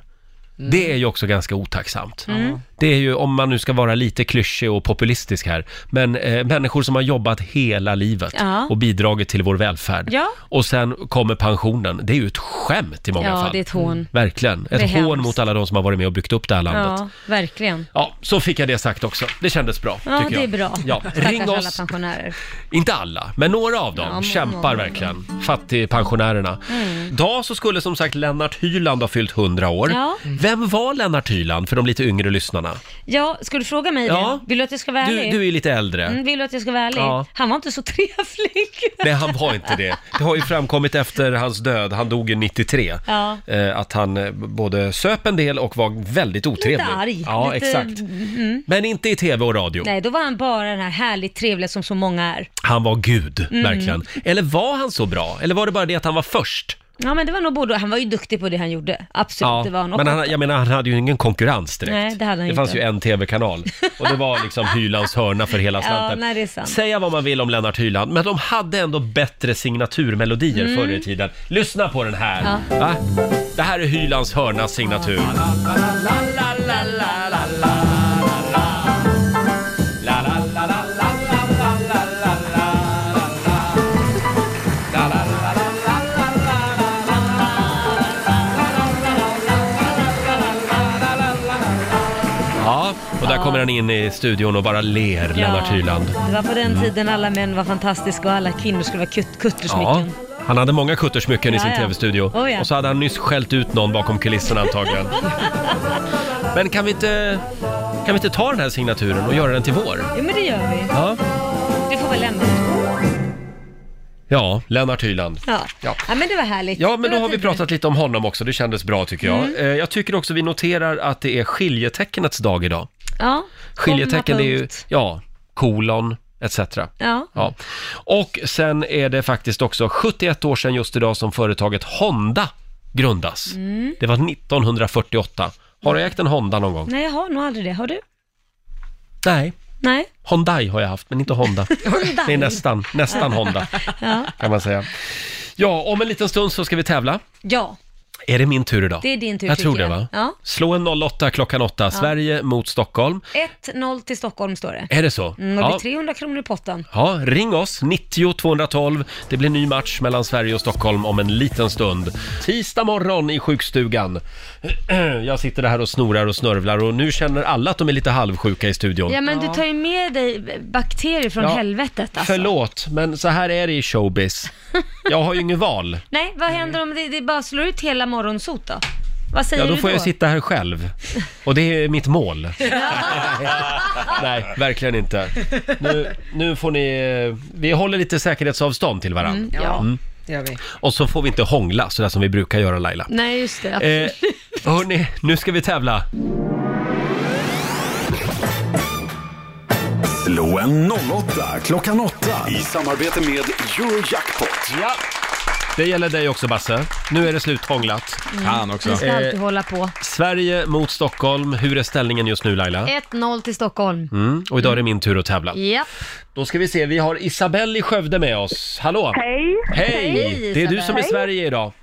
Det är ju också ganska otacksamt.
Mm.
Det är ju, om man nu ska vara lite klyschig och populistisk här, men eh, människor som har jobbat hela livet
Ja.
och bidragit till vår välfärd.
Ja.
Och sen kommer pensionen. Det är ju ett skämt i många
Ja,
fall.
det är ett hån.
Verkligen.
Det är
Ett hån
hemskt.
mot alla de som har varit med och byggt upp det här landet.
Ja, verkligen.
Ja, så fick jag det sagt också. Det kändes bra,
Ja,
tycker
det är
jag.
bra.
Ja.
Stackars
Ring
alla
oss.
pensionärer.
Inte alla, men några av dem
Ja, många
kämpar
av dem.
verkligen. Fattigpensionärerna.
Mm.
Idag så skulle som sagt Lennart Hyland ha fyllt 100 år.
Ja.
Vem var Lennart Hyland för de lite yngre lyssnarna?
Ja, ska du fråga mig
Ja.
det? Vill du att jag ska vara
Du,
ärlig?
du är ju lite äldre.
Mm, vill du att jag ska vara ärlig?
Ja.
Han var inte så trevlig.
Nej, han var inte det. Det har ju framkommit efter hans död, han dog ju 93,
Ja.
eh, att han eh, både söp en del och var väldigt otrevlig.
Lite arg.
Ja,
Lite,
exakt.
Mm.
Men inte i tv och radio.
Nej, då var han bara den här härligt trevliga som så många är.
Han var gud,
Mm.
verkligen. Eller var han så bra? Eller var det bara det att han var först?
Ja, men det var nog både, han var ju duktig på det han gjorde. Absolut, det var han också.
men han, jag menar, han hade ju ingen konkurrens direkt.
Nej, det hade han
det
inte.
fanns ju en tv-kanal och det var liksom Hylands hörna för hela
Ja,
slanten.
nej, det är sant.
Säga vad man vill om Lennart Hyland, men de hade ändå bättre signaturmelodier
Mm.
förr i tiden. Lyssna på den här.
Ja.
Va? Det här är Hylands hörnas signatur.
La, la, la, la, la, la, la, la, la.
kommer han in i studion och bara ler, Lennart Hyland.
Det var på den
Mm.
tiden alla män var fantastiska och alla kvinnor skulle vara kut- kuttersmycken.
han hade många kuttersmycken i
Ja,
sin
ja.
tv-studio.
Oh, ja.
Och så hade han nyss skällt ut någon bakom kulisserna antagligen. Men kan vi inte, kan vi inte ta den här signaturen och göra den till vår?
Jo men det gör vi.
Ja,
Du får väl lämna den.
ja Lennart Hyland.
Ja.
Ja.
ja, men det var härligt.
Ja, men då
Bra
har vi
tider.
pratat lite om honom också. Det kändes bra tycker jag.
Mm.
Eh, Jag tycker också vi noterar att det är skiljetecknets dag idag.
Ja.
Skiljetecken det
komma,
är ju,
punkt.
ja, kolon etc.
Ja.
Ja. Och sen är det faktiskt också 71 år sedan just idag som företaget Honda grundas.
Mm.
Det var 1948. Har du ägt en Honda någon gång?
Nej, jag har nog aldrig det. Har du?
Nej.
Nej.
Hyundai har jag haft, men inte Honda. Det är nästan, nästan Honda
Ja.
kan man säga. Ja, om en liten stund så ska vi tävla.
ja,
Är det min tur idag?
det är din tur
Jag tror
tycker
det va?
Ja.
Slå en 08 klockan 8,
Ja.
Sverige mot Stockholm.
1-0 till Stockholm står det.
Är det så?
Mm, och det
Ja.
blir 300 kronor i potten.
Ja, ring oss, 90 212. Det blir ny match mellan Sverige och Stockholm om en liten stund. Tisdag morgon i sjukstugan. Jag sitter här och snorar och snörvlar och nu känner alla att de är lite halvsjuka i studion.
Ja, men du tar ju med dig bakterier från
Ja.
helvetet alltså.
Förlåt, men så här är det i showbiz. Jag har ju inget val.
Nej, vad
Mm.
händer om det, det bara slår ut hela morgonsot då? Vad säger
Ja, då
du
får
då?
jag sitta här själv. Och det är mitt mål. Nej, verkligen inte. Nu, nu får ni... Vi håller lite säkerhetsavstånd till varandra.
Mm, ja.
Det gör vi.
Och så får vi inte hångla sådär som vi brukar göra Laila.
Nej, just det.
Eh, hörni, nu ska vi tävla.
Slå en 08 klockan 8.
I samarbete med Eurojackpot.
Ja. Det gäller dig också Basse. Nu är det slut hånglat.
Mm. Vi ska alltid
Eh,
hålla på.
Sverige mot Stockholm. Hur är ställningen just nu
Eh.
Laila?
1-0 till Stockholm.
Mm. Och idag är det min tur att tävla.
Ja.
Då ska vi se, vi har Isabelle i Skövde med oss. Hallå!
Hej!
Hej! det är du som är
Hej.
Sverige idag.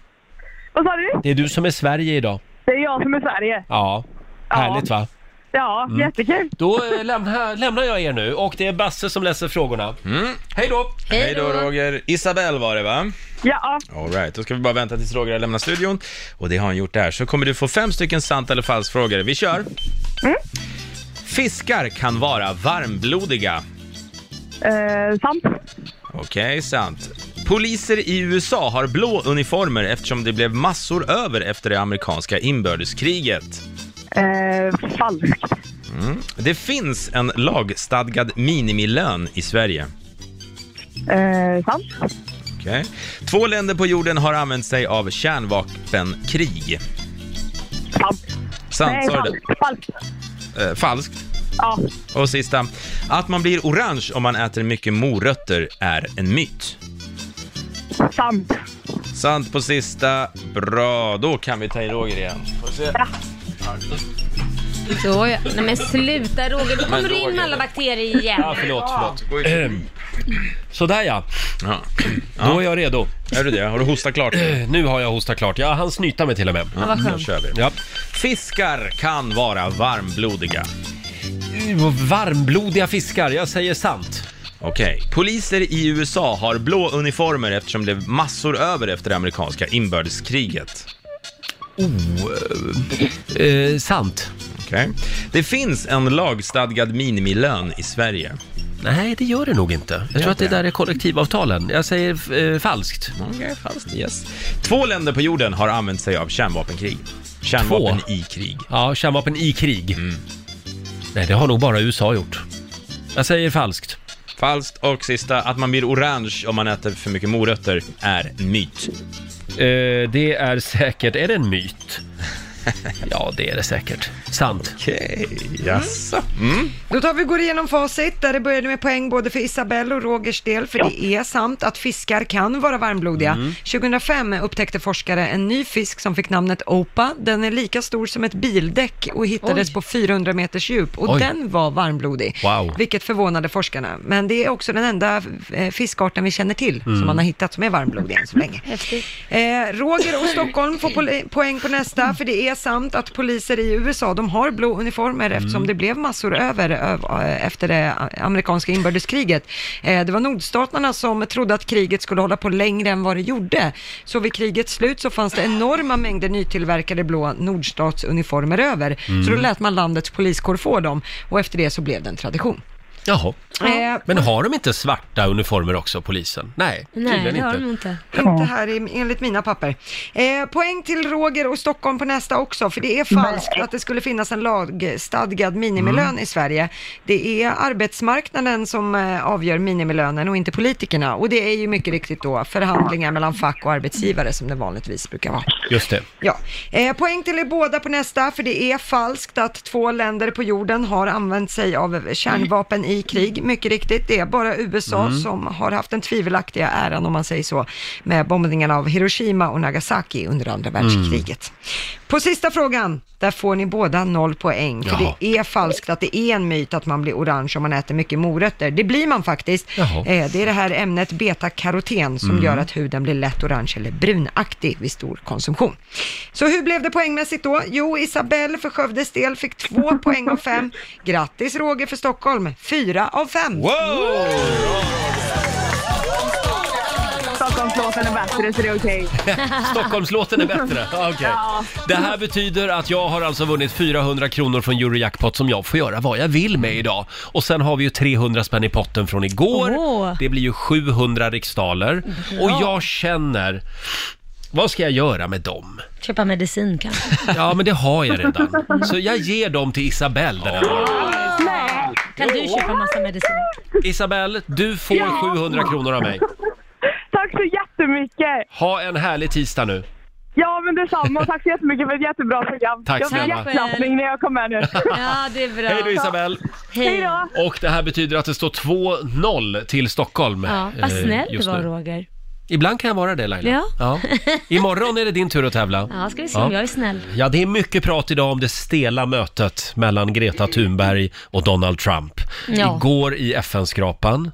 Vad sa du?
Det är du som är Sverige idag.
Det är jag som är Sverige.
Ja, härligt va?
Ja,
Mm.
jättekul.
Då eh, lämnar, lämnar jag er nu och det är Basse som läser frågorna. Hej då!
Mm. Hej då Roger. Isabel var det va?
Ja.
All right, då ska vi bara vänta tills Roger har lämnat studion. Och det har han gjort där. Så kommer du få fem stycken sant eller falskfrågor. Vi kör! Fiskar kan vara varmblodiga.
Eh, sant.
Okej, sant. Poliser i USA har blå uniformer eftersom det blev massor över efter det amerikanska inbördeskriget.
Eh, falskt.
Mm. Det finns en lagstadgad minimilön i Sverige.
Eh, sant.
Okej. Två länder på jorden har använt sig av kärnvapenkrig.
Sant.
Sant,
Nej,
sa du
falskt. Falskt.
det? Eh, falskt.
Ja.
Och sista. Att man blir orange om man äter mycket morötter är en myt.
Sant.
Sant på sista. Bra, då kan vi ta in Roger igen. Får se.
Så ja. Nej men sluta Roger, då
Men
kommer du in
Roger.
med alla bakterier igen.
Ja, förlåt, förlåt. Ehm, Sådär ja.
ja.
Då är jag redo.
Är du det? Har du hostat klart?
Nu har jag hostat klart. Jag hann snyta mig till och med. Mm.
Ja, vad skönt. Då kör vi.
Ja.
Fiskar kan vara varmblodiga.
Varmblodiga fiskar, jag säger sant.
Okej. Poliser i USA har blå uniformer eftersom det blev massor över efter det amerikanska inbördeskriget.
Oh, sant.
Okej. Det finns en lagstadgad minimilön i Sverige.
Nej, det gör det nog inte. Jag tror att det där är kollektivavtalen. Jag säger eh, falskt.
Okej, falskt. Yes. Två länder på jorden har använt sig av kärnvapenkrig. Kärnvapen
Två?
i Mm. krig.
Ja, kärnvapen i krig. Nej, det har nog bara USA gjort. Jag säger falskt.
Falskt. Och sista, att man blir orange om man äter för mycket morötter är en myt.
Eh, det är säkert... Är det en myt? ja, det är det säkert. Sant.
Okej, jaså.
Då tar vi går igenom facit där det började med poäng både för Isabelle och Rogers del för det är sant att fiskar kan vara varmblodiga.
Mm.
2005 upptäckte forskare en ny fisk som fick namnet Opa. Den är lika stor som ett bildäck och hittades
Oj.
på 400 meters djup och
Oj.
den var varmblodig.
Wow.
Vilket förvånade forskarna. Men det är också den enda eh, fiskarten vi känner till
Mm.
som man har hittat som är varmblodig än så länge.
Häftigt.
Eh, Roger och Stockholm får poli- poäng på nästa, för det är det samt att poliser i USA, de har blå uniformer eftersom det blev massor över ö- efter det amerikanska inbördeskriget. Eh, Det var nordstaterna som trodde att kriget skulle hålla på längre än vad det gjorde. Så vid krigets slut så fanns det enorma mängder nytillverkade blå nordstatsuniformer över.
Mm.
Så då lät man landets poliskår få dem och efter det så blev det en tradition.
Jaha.
Eh,
Men har de inte svarta uniformer också, polisen? Nej, tydligen inte.
inte. Inte här i- enligt mina papper. Eh, poäng till Roger och Stockholm på nästa också, för det är falskt att det skulle finnas en lagstadgad minimilön
Mm.
i Sverige. Det är arbetsmarknaden som eh, avgör minimilönen och inte politikerna. Och det är ju mycket riktigt då förhandlingar mellan fack och arbetsgivare som det vanligtvis brukar vara.
Just det.
Ja. Eh, poäng till er båda på nästa, för det är falskt att två länder på jorden har använt sig av kärnvapen i krig. Mycket riktigt, det är bara USA
Mm.
som har haft den tvivelaktiga äran, om man säger så, med bombningarna av Hiroshima och Nagasaki under andra världskriget.
Mm.
På sista frågan, där får ni båda noll poäng, för
Jaha.
det är falskt att det är en myt att man blir orange om man äter mycket morötter. Det blir man faktiskt.
Jaha.
Eh, det är det här ämnet betakaroten som
Mm.
gör att huden blir lätt orange eller brunaktig vid stor konsumtion. Så hur blev det poängmässigt då? Jo, Isabelle för Skövdes del fick två poäng av fem. Grattis Roger för Stockholm, fyra av fem.
Stockholmslåten är bättre så det är okej.
Stockholmslåten är bättre. Ja, okej.
Ja.
Det här betyder att jag har alltså vunnit 400 kronor från Eurojackpot som jag får göra vad jag vill med idag. Och sen har vi ju 300 spänn i potten från igår.
Åh.
Det blir ju 700 riksdaler. Och
Bra.
jag känner, vad ska jag göra med dem?
Köpa medicin kanske.
Ja, men det har jag redan. Så jag ger dem till Isabelle den här morgonen.
Nej. Kan du köpa massa medicin?
Isabelle, du får
Ja.
700 kronor av mig.
Tack så jättemycket!
Ha en härlig tisdag nu.
Ja, men detsamma. Och Tack så jättemycket för ett jättebra program.
Tack
jag fick
snälla.
hjärtklappning när jag kom med nu.
Ja, det är bra.
Hej då Isabelle!
Hej då.
Och det här betyder att det står 2-0 till Stockholm.
Ja, vad
eh,
snäll du
just
var
nu.
Roger.
Ibland kan jag vara det Laila.
Ja.
Imorgon är det din tur att tävla.
Ja, ska vi se om jag är snäll.
Ja, det är mycket prat idag om det stela mötet mellan Greta Thunberg och Donald Trump.
Ja.
Igår i FN-skrapan.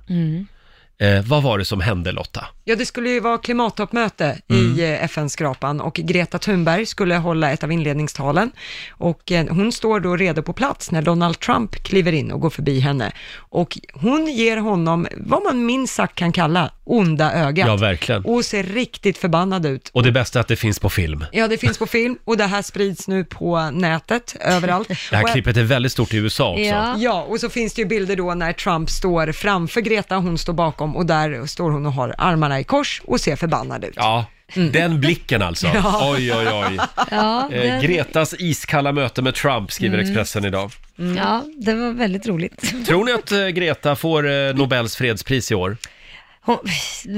Eh, vad var det som hände Lotta?
Ja, det skulle ju vara klimattoppmöte
Mm.
i eh, FN-skrapan och Greta Thunberg skulle hålla ett av inledningstalen och eh, hon står då redo på plats när Donald Trump kliver in och går förbi henne och hon ger honom vad man minst sagt kan kalla onda ögat
Ja, verkligen.
och ser riktigt förbannad ut.
Och det bästa är att det finns på film.
Ja, det finns på film och det här sprids nu på nätet överallt.
Det här
Och-
klippet är väldigt stort i USA också.
Ja. och så finns det ju bilder då när Trump står framför Greta, hon står bakom och där står hon och har armarna i kors och ser förbannad ut.
Ja, den blicken alltså.
Ja.
Oj, oj, oj.
Ja,
Eh,
det,
Gretas iskalla möte med Trump skriver
Mm.
Expressen idag.
ja, det var väldigt roligt.
Tror ni att eh, Greta får eh, Nobels fredspris i år?
Hon,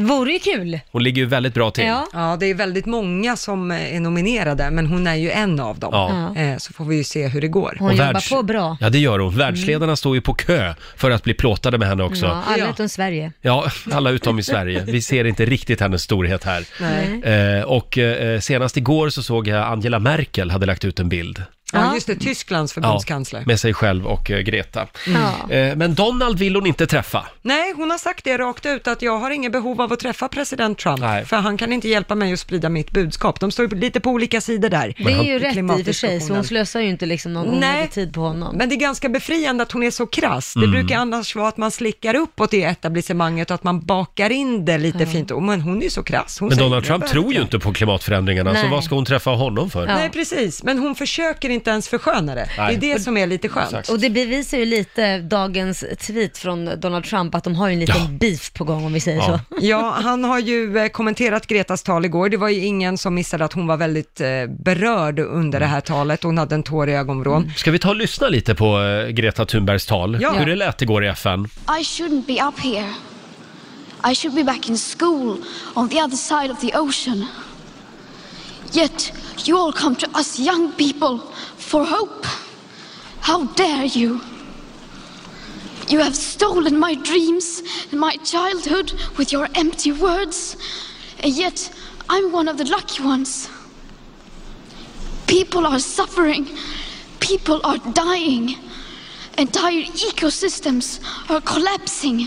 vore ju kul.
Hon ligger ju väldigt bra till.
Ja. det är väldigt många som eh, är nominerade, men hon är ju en av dem.
Ja.
Eh, Så får vi ju se hur det går.
Hon Och jobbar världs- på
bra.
Ja, det gör
Mm.
hon. Världsledarna står ju på kö för att bli plåtade med henne också.
Ja, alla utom Sverige.
Ja, alla utom i Sverige. Vi ser inte riktigt hennes storhet här.
Nej.
Eh, och eh, senast igår så såg jag Angela Merkel hade lagt ut en bild.
Ja, just det, Tysklands förbundskansler.
Ja, med sig själv och eh, Greta.
Mm.
Eh, men Donald vill hon inte träffa.
Nej, hon har sagt det rakt ut, att jag har inget behov av att träffa president Trump, för han kan inte hjälpa mig att sprida mitt budskap. De står ju lite på olika sidor där.
Det är ju rätt i och för sig, så hon
klimatdiskussionen.
slösar ju inte liksom någon
Nej.
onödig tid på honom.
Men det är ganska befriande att hon är så krass. Det
Mm.
brukar annars vara att man slickar uppåt i etablissemanget och att man bakar in det
Mm.
lite fint. Och, Men hon är ju så krass. Hon
Men
säger,
Donald
"Jag
Trump
behöver
tror ju inte på klimatförändringarna, så
Nej.
vad ska hon träffa honom för?
Nej, precis. Men hon försöker inte ens försköna det.
Nej.
Det är det som är lite skönt.
Och det bevisar ju lite dagens tweet från Donald Trump att de har ju en liten beef på gång om vi säger så.
Ja, han har ju eh, kommenterat Gretas tal igår. Det var ju ingen som missade att hon var väldigt eh, berörd
Mm.
under det här talet. Hon hade en tår i ögonvrån.
Ska vi ta och lyssna lite på eh, Greta Thunbergs tal?
Ja.
Hur det lät igår i FN?
I shouldn't be up here. I should be back in school on the other side of the ocean. Yet you all come to us young people for hope. How dare you? You have stolen my dreams and my childhood with your empty words, and yet I'm one of the lucky ones. People are suffering, people are dying. Entire ecosystems are collapsing.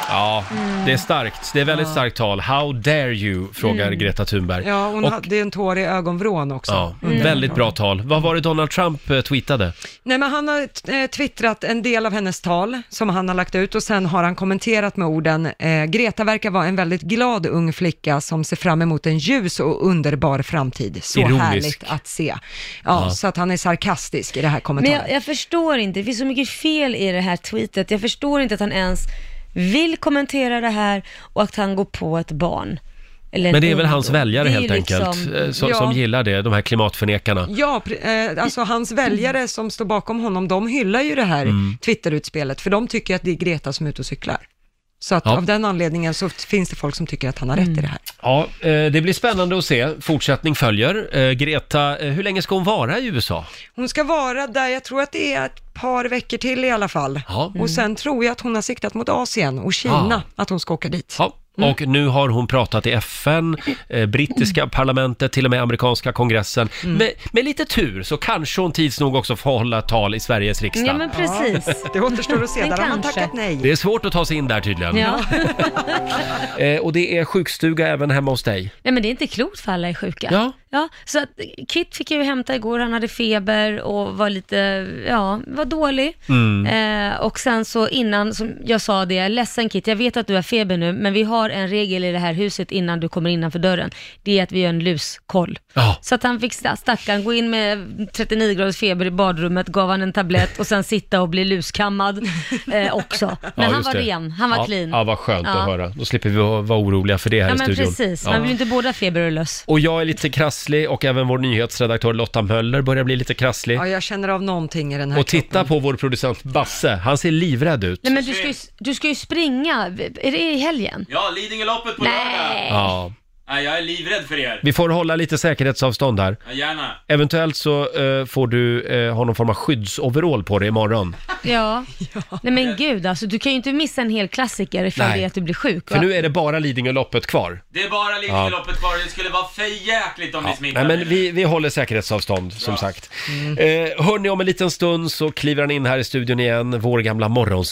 Ja,
Mm.
det är starkt. Det är väldigt
Ja.
starkt tal. How dare you, frågar
Mm.
Greta Thunberg.
Ja, hon
Och-
hade en tår i ögonvrån också.
Ja,
Mm.
Väldigt bra tal. Vad var det Donald Trump eh, tweetade?
Nej, men han har eh, twittrat en del av hennes tal som han har lagt ut och sen har han kommenterat med orden eh, Greta verkar vara en väldigt glad ung flicka som ser fram emot en ljus och underbar framtid. Så
Ironisk.
härligt att se. Ja,
Ja.
Så att han är sarkastisk i det här
Men
kommentaren.
jag, jag förstår inte, det finns så mycket fel i det här tweetet. Jag förstår inte att han ens vill kommentera det här och att han går på ett barn. Eller
Men
en
det är väl
ung
hans
då.
väljare
Det är
helt
liksom-
enkelt, eh, som,
Ja.
som gillar det, de här klimatförnekarna.
Ja, pr- eh, alltså hans väljare som står bakom honom, de hyllar ju det här
Mm.
Twitterutspelet, för de tycker att det är Greta som är ute och cyklar. Så att
Ja.
av den anledningen så finns det folk som tycker att han har rätt
Mm.
i det här.
Ja, eh, det blir spännande att se. Fortsättning följer. Eh, Greta, eh, hur länge ska hon vara i USA?
Hon ska vara där, jag tror att det är ett par veckor till i alla fall.
Ja. Mm.
Och sen tror jag att hon har siktat mot Asien och Kina, att hon ska åka dit. Mm.
Och nu har hon pratat i FN, eh, brittiska
Mm.
parlamentet, till och med amerikanska kongressen. Med, med lite tur så kanske hon tids nog också får hålla ett tal i Sveriges riksdag.
Ja, men precis.
det återstår att se,
Men
där har man
kanske.
tackat nej.
Det är svårt att ta sig in där tydligen.
liksom- Ja.
Eh, och det är sjukstuga även hemma hos dig.
Nej men det är inte klokt för alla är sjuka.
Ja.
så att Kit fick jag ju hämta igår, han hade feber och var lite, ja, var dålig.
Mm.
Eh, och sen så innan, som jag sa det, jag är ledsen Kit, jag vet att du har feber nu, men vi har en regel i det här huset innan du kommer innanför dörren. Det är att vi gör en luskoll.
Ja.
Så att han fick sta- stackaren gå in med 39 graders feber i badrummet, gav han en tablett och sen sitta och bli luskammad eh, också. Men
Ja,
han
just
var
det.
ren, han var
ja,
clean.
Ja, vad skönt
Ja.
att höra. Då slipper vi vara vara oroliga för det här
Ja
i
men
studion.
precis,
Ja.
man vill ju inte båda feber och löss.
Och jag är lite krasslig och även vår nyhetsredaktör Lotta Möller börjar bli lite krasslig.
Ja, jag känner av någonting i den här
Och titta på vår producent Basse, han ser livrädd ut.
Nej men du ska, ju, du ska ju springa, är det i helgen?
Ja, Lidingöloppet på lördag!
Ja.
Nej, jag är livrädd för er.
Vi får hålla lite säkerhetsavstånd här.
Ja, gärna.
Eventuellt så eh, får du eh, ha någon form av skyddsoverall på dig imorgon.
Ja. Nej men gud alltså, du kan ju inte missa en hel klassiker ifall
Nej.
det är att du blir sjuk.
För nu är det bara Lidingöloppet kvar.
Det är bara Lidingöloppet kvar, det skulle vara för jäkligt om ni smittar
Nej, men
mig.
vi, vi håller säkerhetsavstånd, som sagt. Eh, hörni, om en liten stund så kliver han in här i studion igen, vår gamla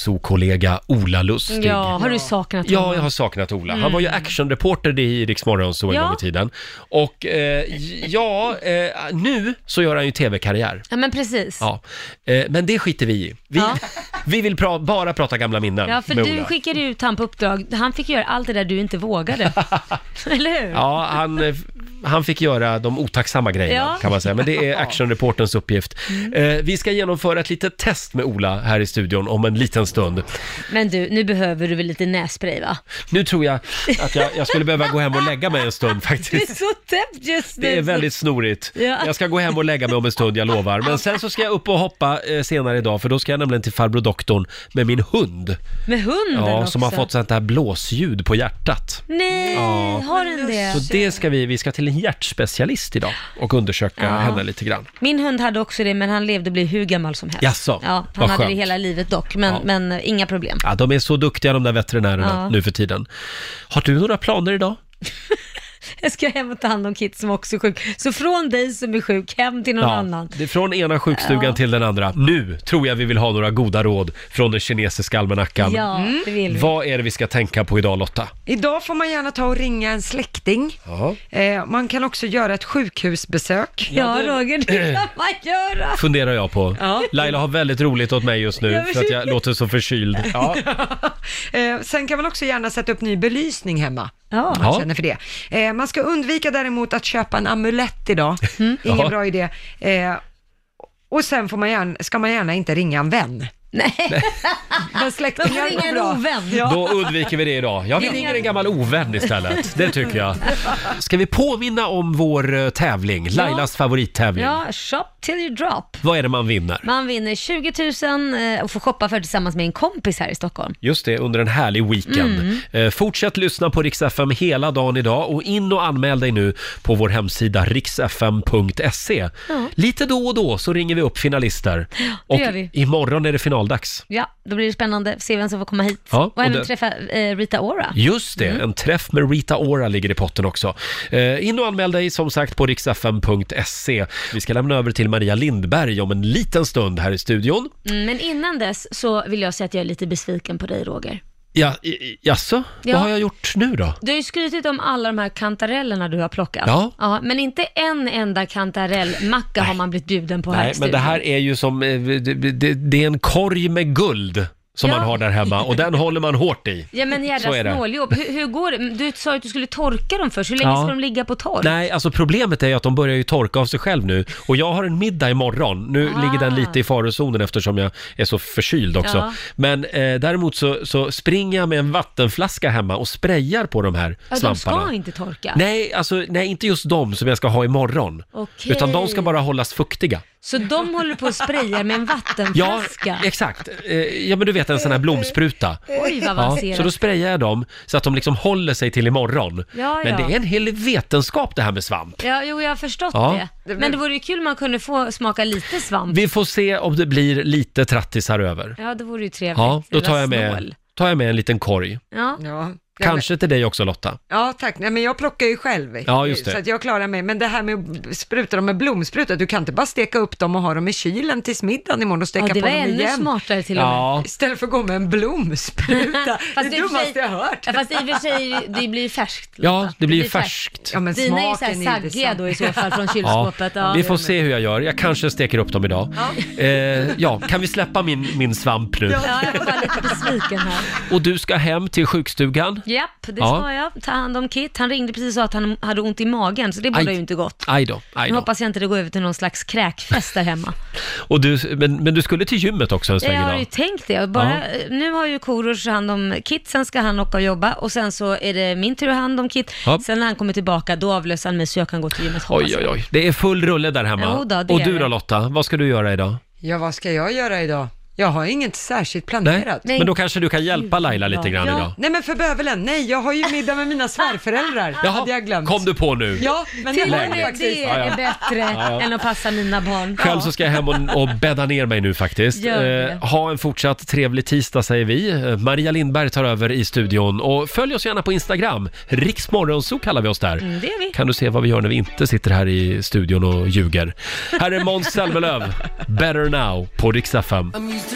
morgonsokollega Ola Lustig.
Ja, har du saknat
Ja,
honom?
jag har saknat Ola. Han
Mm.
var ju actionreporter i Rix Morgonzoo en
Ja.
gång i tiden. Och eh, j- ja, eh, nu så gör han ju tv-karriär.
Ja men precis.
Ja, eh, men det skiter vi i. Vi, vi vill pra- bara prata gamla minnen
Ja, för
med
du
Ola.
skickade ju ut han på uppdrag. Han fick göra allt det där du inte vågade. Eller hur?
Ja, han, eh, han fick göra de otacksamma grejerna
Ja. Mm.
kan man säga, men det är actionreporterns uppgift. Eh, vi ska genomföra ett litet test med Ola här i studion om en liten stund.
Men du, nu behöver du väl lite nässpray va?
Nu tror jag att jag, jag skulle behöva gå hem och lägga mig en stund
Du är
faktiskt.
så täppt just nu.
Det är väldigt snorigt.
Ja.
Jag ska gå hem och lägga mig om en stund, jag lovar. Men sen så ska jag upp och hoppa eh, senare idag, för då ska jag nämligen till farbror doktorn med min hund.
Med hunden
Ja,
Mm, också.
som har fått sånt här blåsljud på hjärtat.
Nej,
Ja.
har den det?
Så det ska vi, vi ska till en hjärtspecialist idag och undersöka
Ja.
henne lite grann.
Min hund hade också det, men han levde och blev hur gammal som helst.
Jaså,
Ja, han
vad
hade det
skönt.
hela livet dock, men,
Ja.
men eh, inga problem.
Ja, de är så duktiga de där veterinärerna
Ja.
nu för tiden. Har du några planer idag?
Jag ska hem och ta hand om Kit som också är sjuk. Så från dig som är sjuk, hem till någon annan.
det är från ena sjukstugan
Ja.
till den andra. Nu tror jag vi vill ha några goda råd från den kinesiska almanackan.
Ja, det vill vi.
Vad är det vi ska tänka på idag Lotta?
Mm. Idag får man gärna ta och ringa en släkting.
Ja.
Eh, man kan också göra ett sjukhusbesök.
Ja, det- Roger, det kan
man göra.
Funderar jag på.
Ja.
Laila har väldigt roligt åt mig just nu
Jag
för att jag
försöker.
låter så förkyld. Ja.
Eh, sen kan man också gärna sätta upp ny belysning hemma.
Ja.
Om man
Ja.
känner för det. Eh, man ska undvika däremot att köpa en amulett idag. Ingen
Mm. Ja.
bra idé. Eh, och sen får man gärna, ska man gärna inte ringa en vän.
Nej.
Men släktingar
Varför
går
ringa
bra.
en ovän?
Då undviker vi det idag. Jag vill
Ringa-
ringa en gammal ovän istället. Det tycker jag. Ska vi påminna om vår eh, tävling? Lailas favorittävling.
Ja, shop till you drop.
Vad är det man vinner?
Man vinner 20 000 eh, och får shoppa för tillsammans med en kompis här i Stockholm.
Just det, under en härlig weekend.
Mm.
Eh, fortsätt lyssna på Rix FM hela dagen idag och in och anmäl dig nu på vår hemsida riksfm.se.
Ja.
Lite då och då så ringer vi upp finalister.
det
och
gör vi.
imorgon är det nationaldags.
Ja, då blir det spännande. Se vem som får komma hit.
Ja,
och Mm.
och
även
det-
träffa eh, Rita Ora.
Just det, en träff med Rita Ora ligger i potten också. Eh, in och anmäl dig som sagt på riksfm.se. Vi ska lämna över till Maria Lindberg om en liten stund här i studion.
Mm, men innan dess så vill jag säga att jag är lite besviken på dig Roger.
Ja, i- i- jaså?
Ja.
Vad har jag gjort nu då?
Du har ju skrytit om alla de här kantarellerna du har plockat.
Ja.
men inte en enda kantarellmacka har man blivit bjuden på här
Nej,
i
men
studion.
det här är ju som, eh, det, det, det är en korg med guld som
Ja.
man har där hemma och den håller man hårt i.
Ja men
Så är det.
jädra snåljobb. Hur, hur går det? Du sa ju att du skulle torka dem först. Hur länge
Ja.
ska de ligga på tork?
Nej, alltså problemet är ju att de börjar ju torka av sig själv nu och jag har en middag imorgon. Nu
Ah.
ligger den lite i farozonen eftersom jag är så förkyld också.
Ja.
Men eh, däremot så, så springer jag med en vattenflaska hemma och sprayar på de här
Ja, de
svamparna.
ska inte torka.
Nej, alltså, nej, inte just de som jag ska ha imorgon.
Okej.
Utan de ska bara hållas fuktiga.
Så de håller på och sprayar med en
Ja,
vattenflaska?
exakt. Eh, Ja, men du vet en sån här blomspruta.
Oj, vad
Ja,
avancerat.
så då sprayar jag dem så att de liksom håller sig till imorgon.
Ja,
Men
ja.
det är en hel vetenskap det här med svamp.
Ja, jo, jag har förstått
Ja.
det. Men det vore ju kul om man kunde få smaka lite svamp.
Vi får se om det blir lite trattisar över.
Ja, det vore ju trevligt.
Ja, då tar jag
Snål.
med, tar jag med en liten korg.
Ja.
Kanske till dig också Lotta.
Ja, tack. Nej, men jag plockar ju själv.
Ja, just det.
Så att jag klarar mig. Men det här med att spruta dem med blomspruta, du kan inte bara steka upp dem och ha dem i kylen tills middagen imorgon och steka
Ja, det
på
var
dem
ännu
igen.
smartare till och med. Ja.
Istället för att gå med en blomspruta. det är
i och för sig-
dummaste jag har hört.
Ja, fast i och för sig, det blir ju färskt.
Ja, det blir färskt.
Ja, men
Dina är ju
smaken
såhär
är ju
saggiga
detsamma.
då i så fall från
Ja,
kylskåpet. Ja.
vi får se hur jag gör. Jag kanske steker upp dem idag.
Ja.
Eh, ja, kan vi släppa min, min svamp nu?
Ja, jag var bara lite besviken här.
Och du ska hem till sjukstugan?
Japp, det
Ja.
ska jag. Ta hand om Kit. Han ringde precis och sa att han hade ont i magen, så det
Aj.
borde ju inte gått.
Aj då, aj
Nu
då.
hoppas jag inte det går över till någon slags kräkfest där hemma.
Och du, men, men du skulle till gymmet också en sväng
Jag har ju
idag?
tänkt det. Bara,
Ja.
Nu har ju Korosh hand om Kit, sen ska han åka och jobba och sen så är det min tur att ha hand om Kit.
Ja.
Sen när han kommer tillbaka, då avlöser han mig så jag kan gå till gymmet hoppas
Oj, oj, oj. Det är full rulle där hemma.
Jo då, det
Och
är
du
det.
då Lotta, vad ska du göra idag?
Ja, vad ska jag göra idag? Jag har inget särskilt planerat.
Men då kanske du kan hjälpa Laila lite grann
ja.
idag?
Nej, men för bövelen. Nej, jag har ju middag med mina svärföräldrar. Det hade jag glömt.
Kom du på nu?
Ja, men
Till och
Läget.
med det
Ja, ja.
är bättre
Ja, ja.
än att passa mina barn.
Själv så ska jag hem och, och bädda ner mig nu faktiskt.
Gör det.
Eh, ha en fortsatt trevlig tisdag säger vi. Eh, Maria Lindberg tar över i studion och följ oss gärna på Instagram. Riksmorgonzoo kallar vi oss där.
Mm, det är vi.
Kan du se vad vi gör när vi inte sitter här i studion och ljuger. Här är Måns Zelmerlöw, Better Now på Rix FM.
I'm used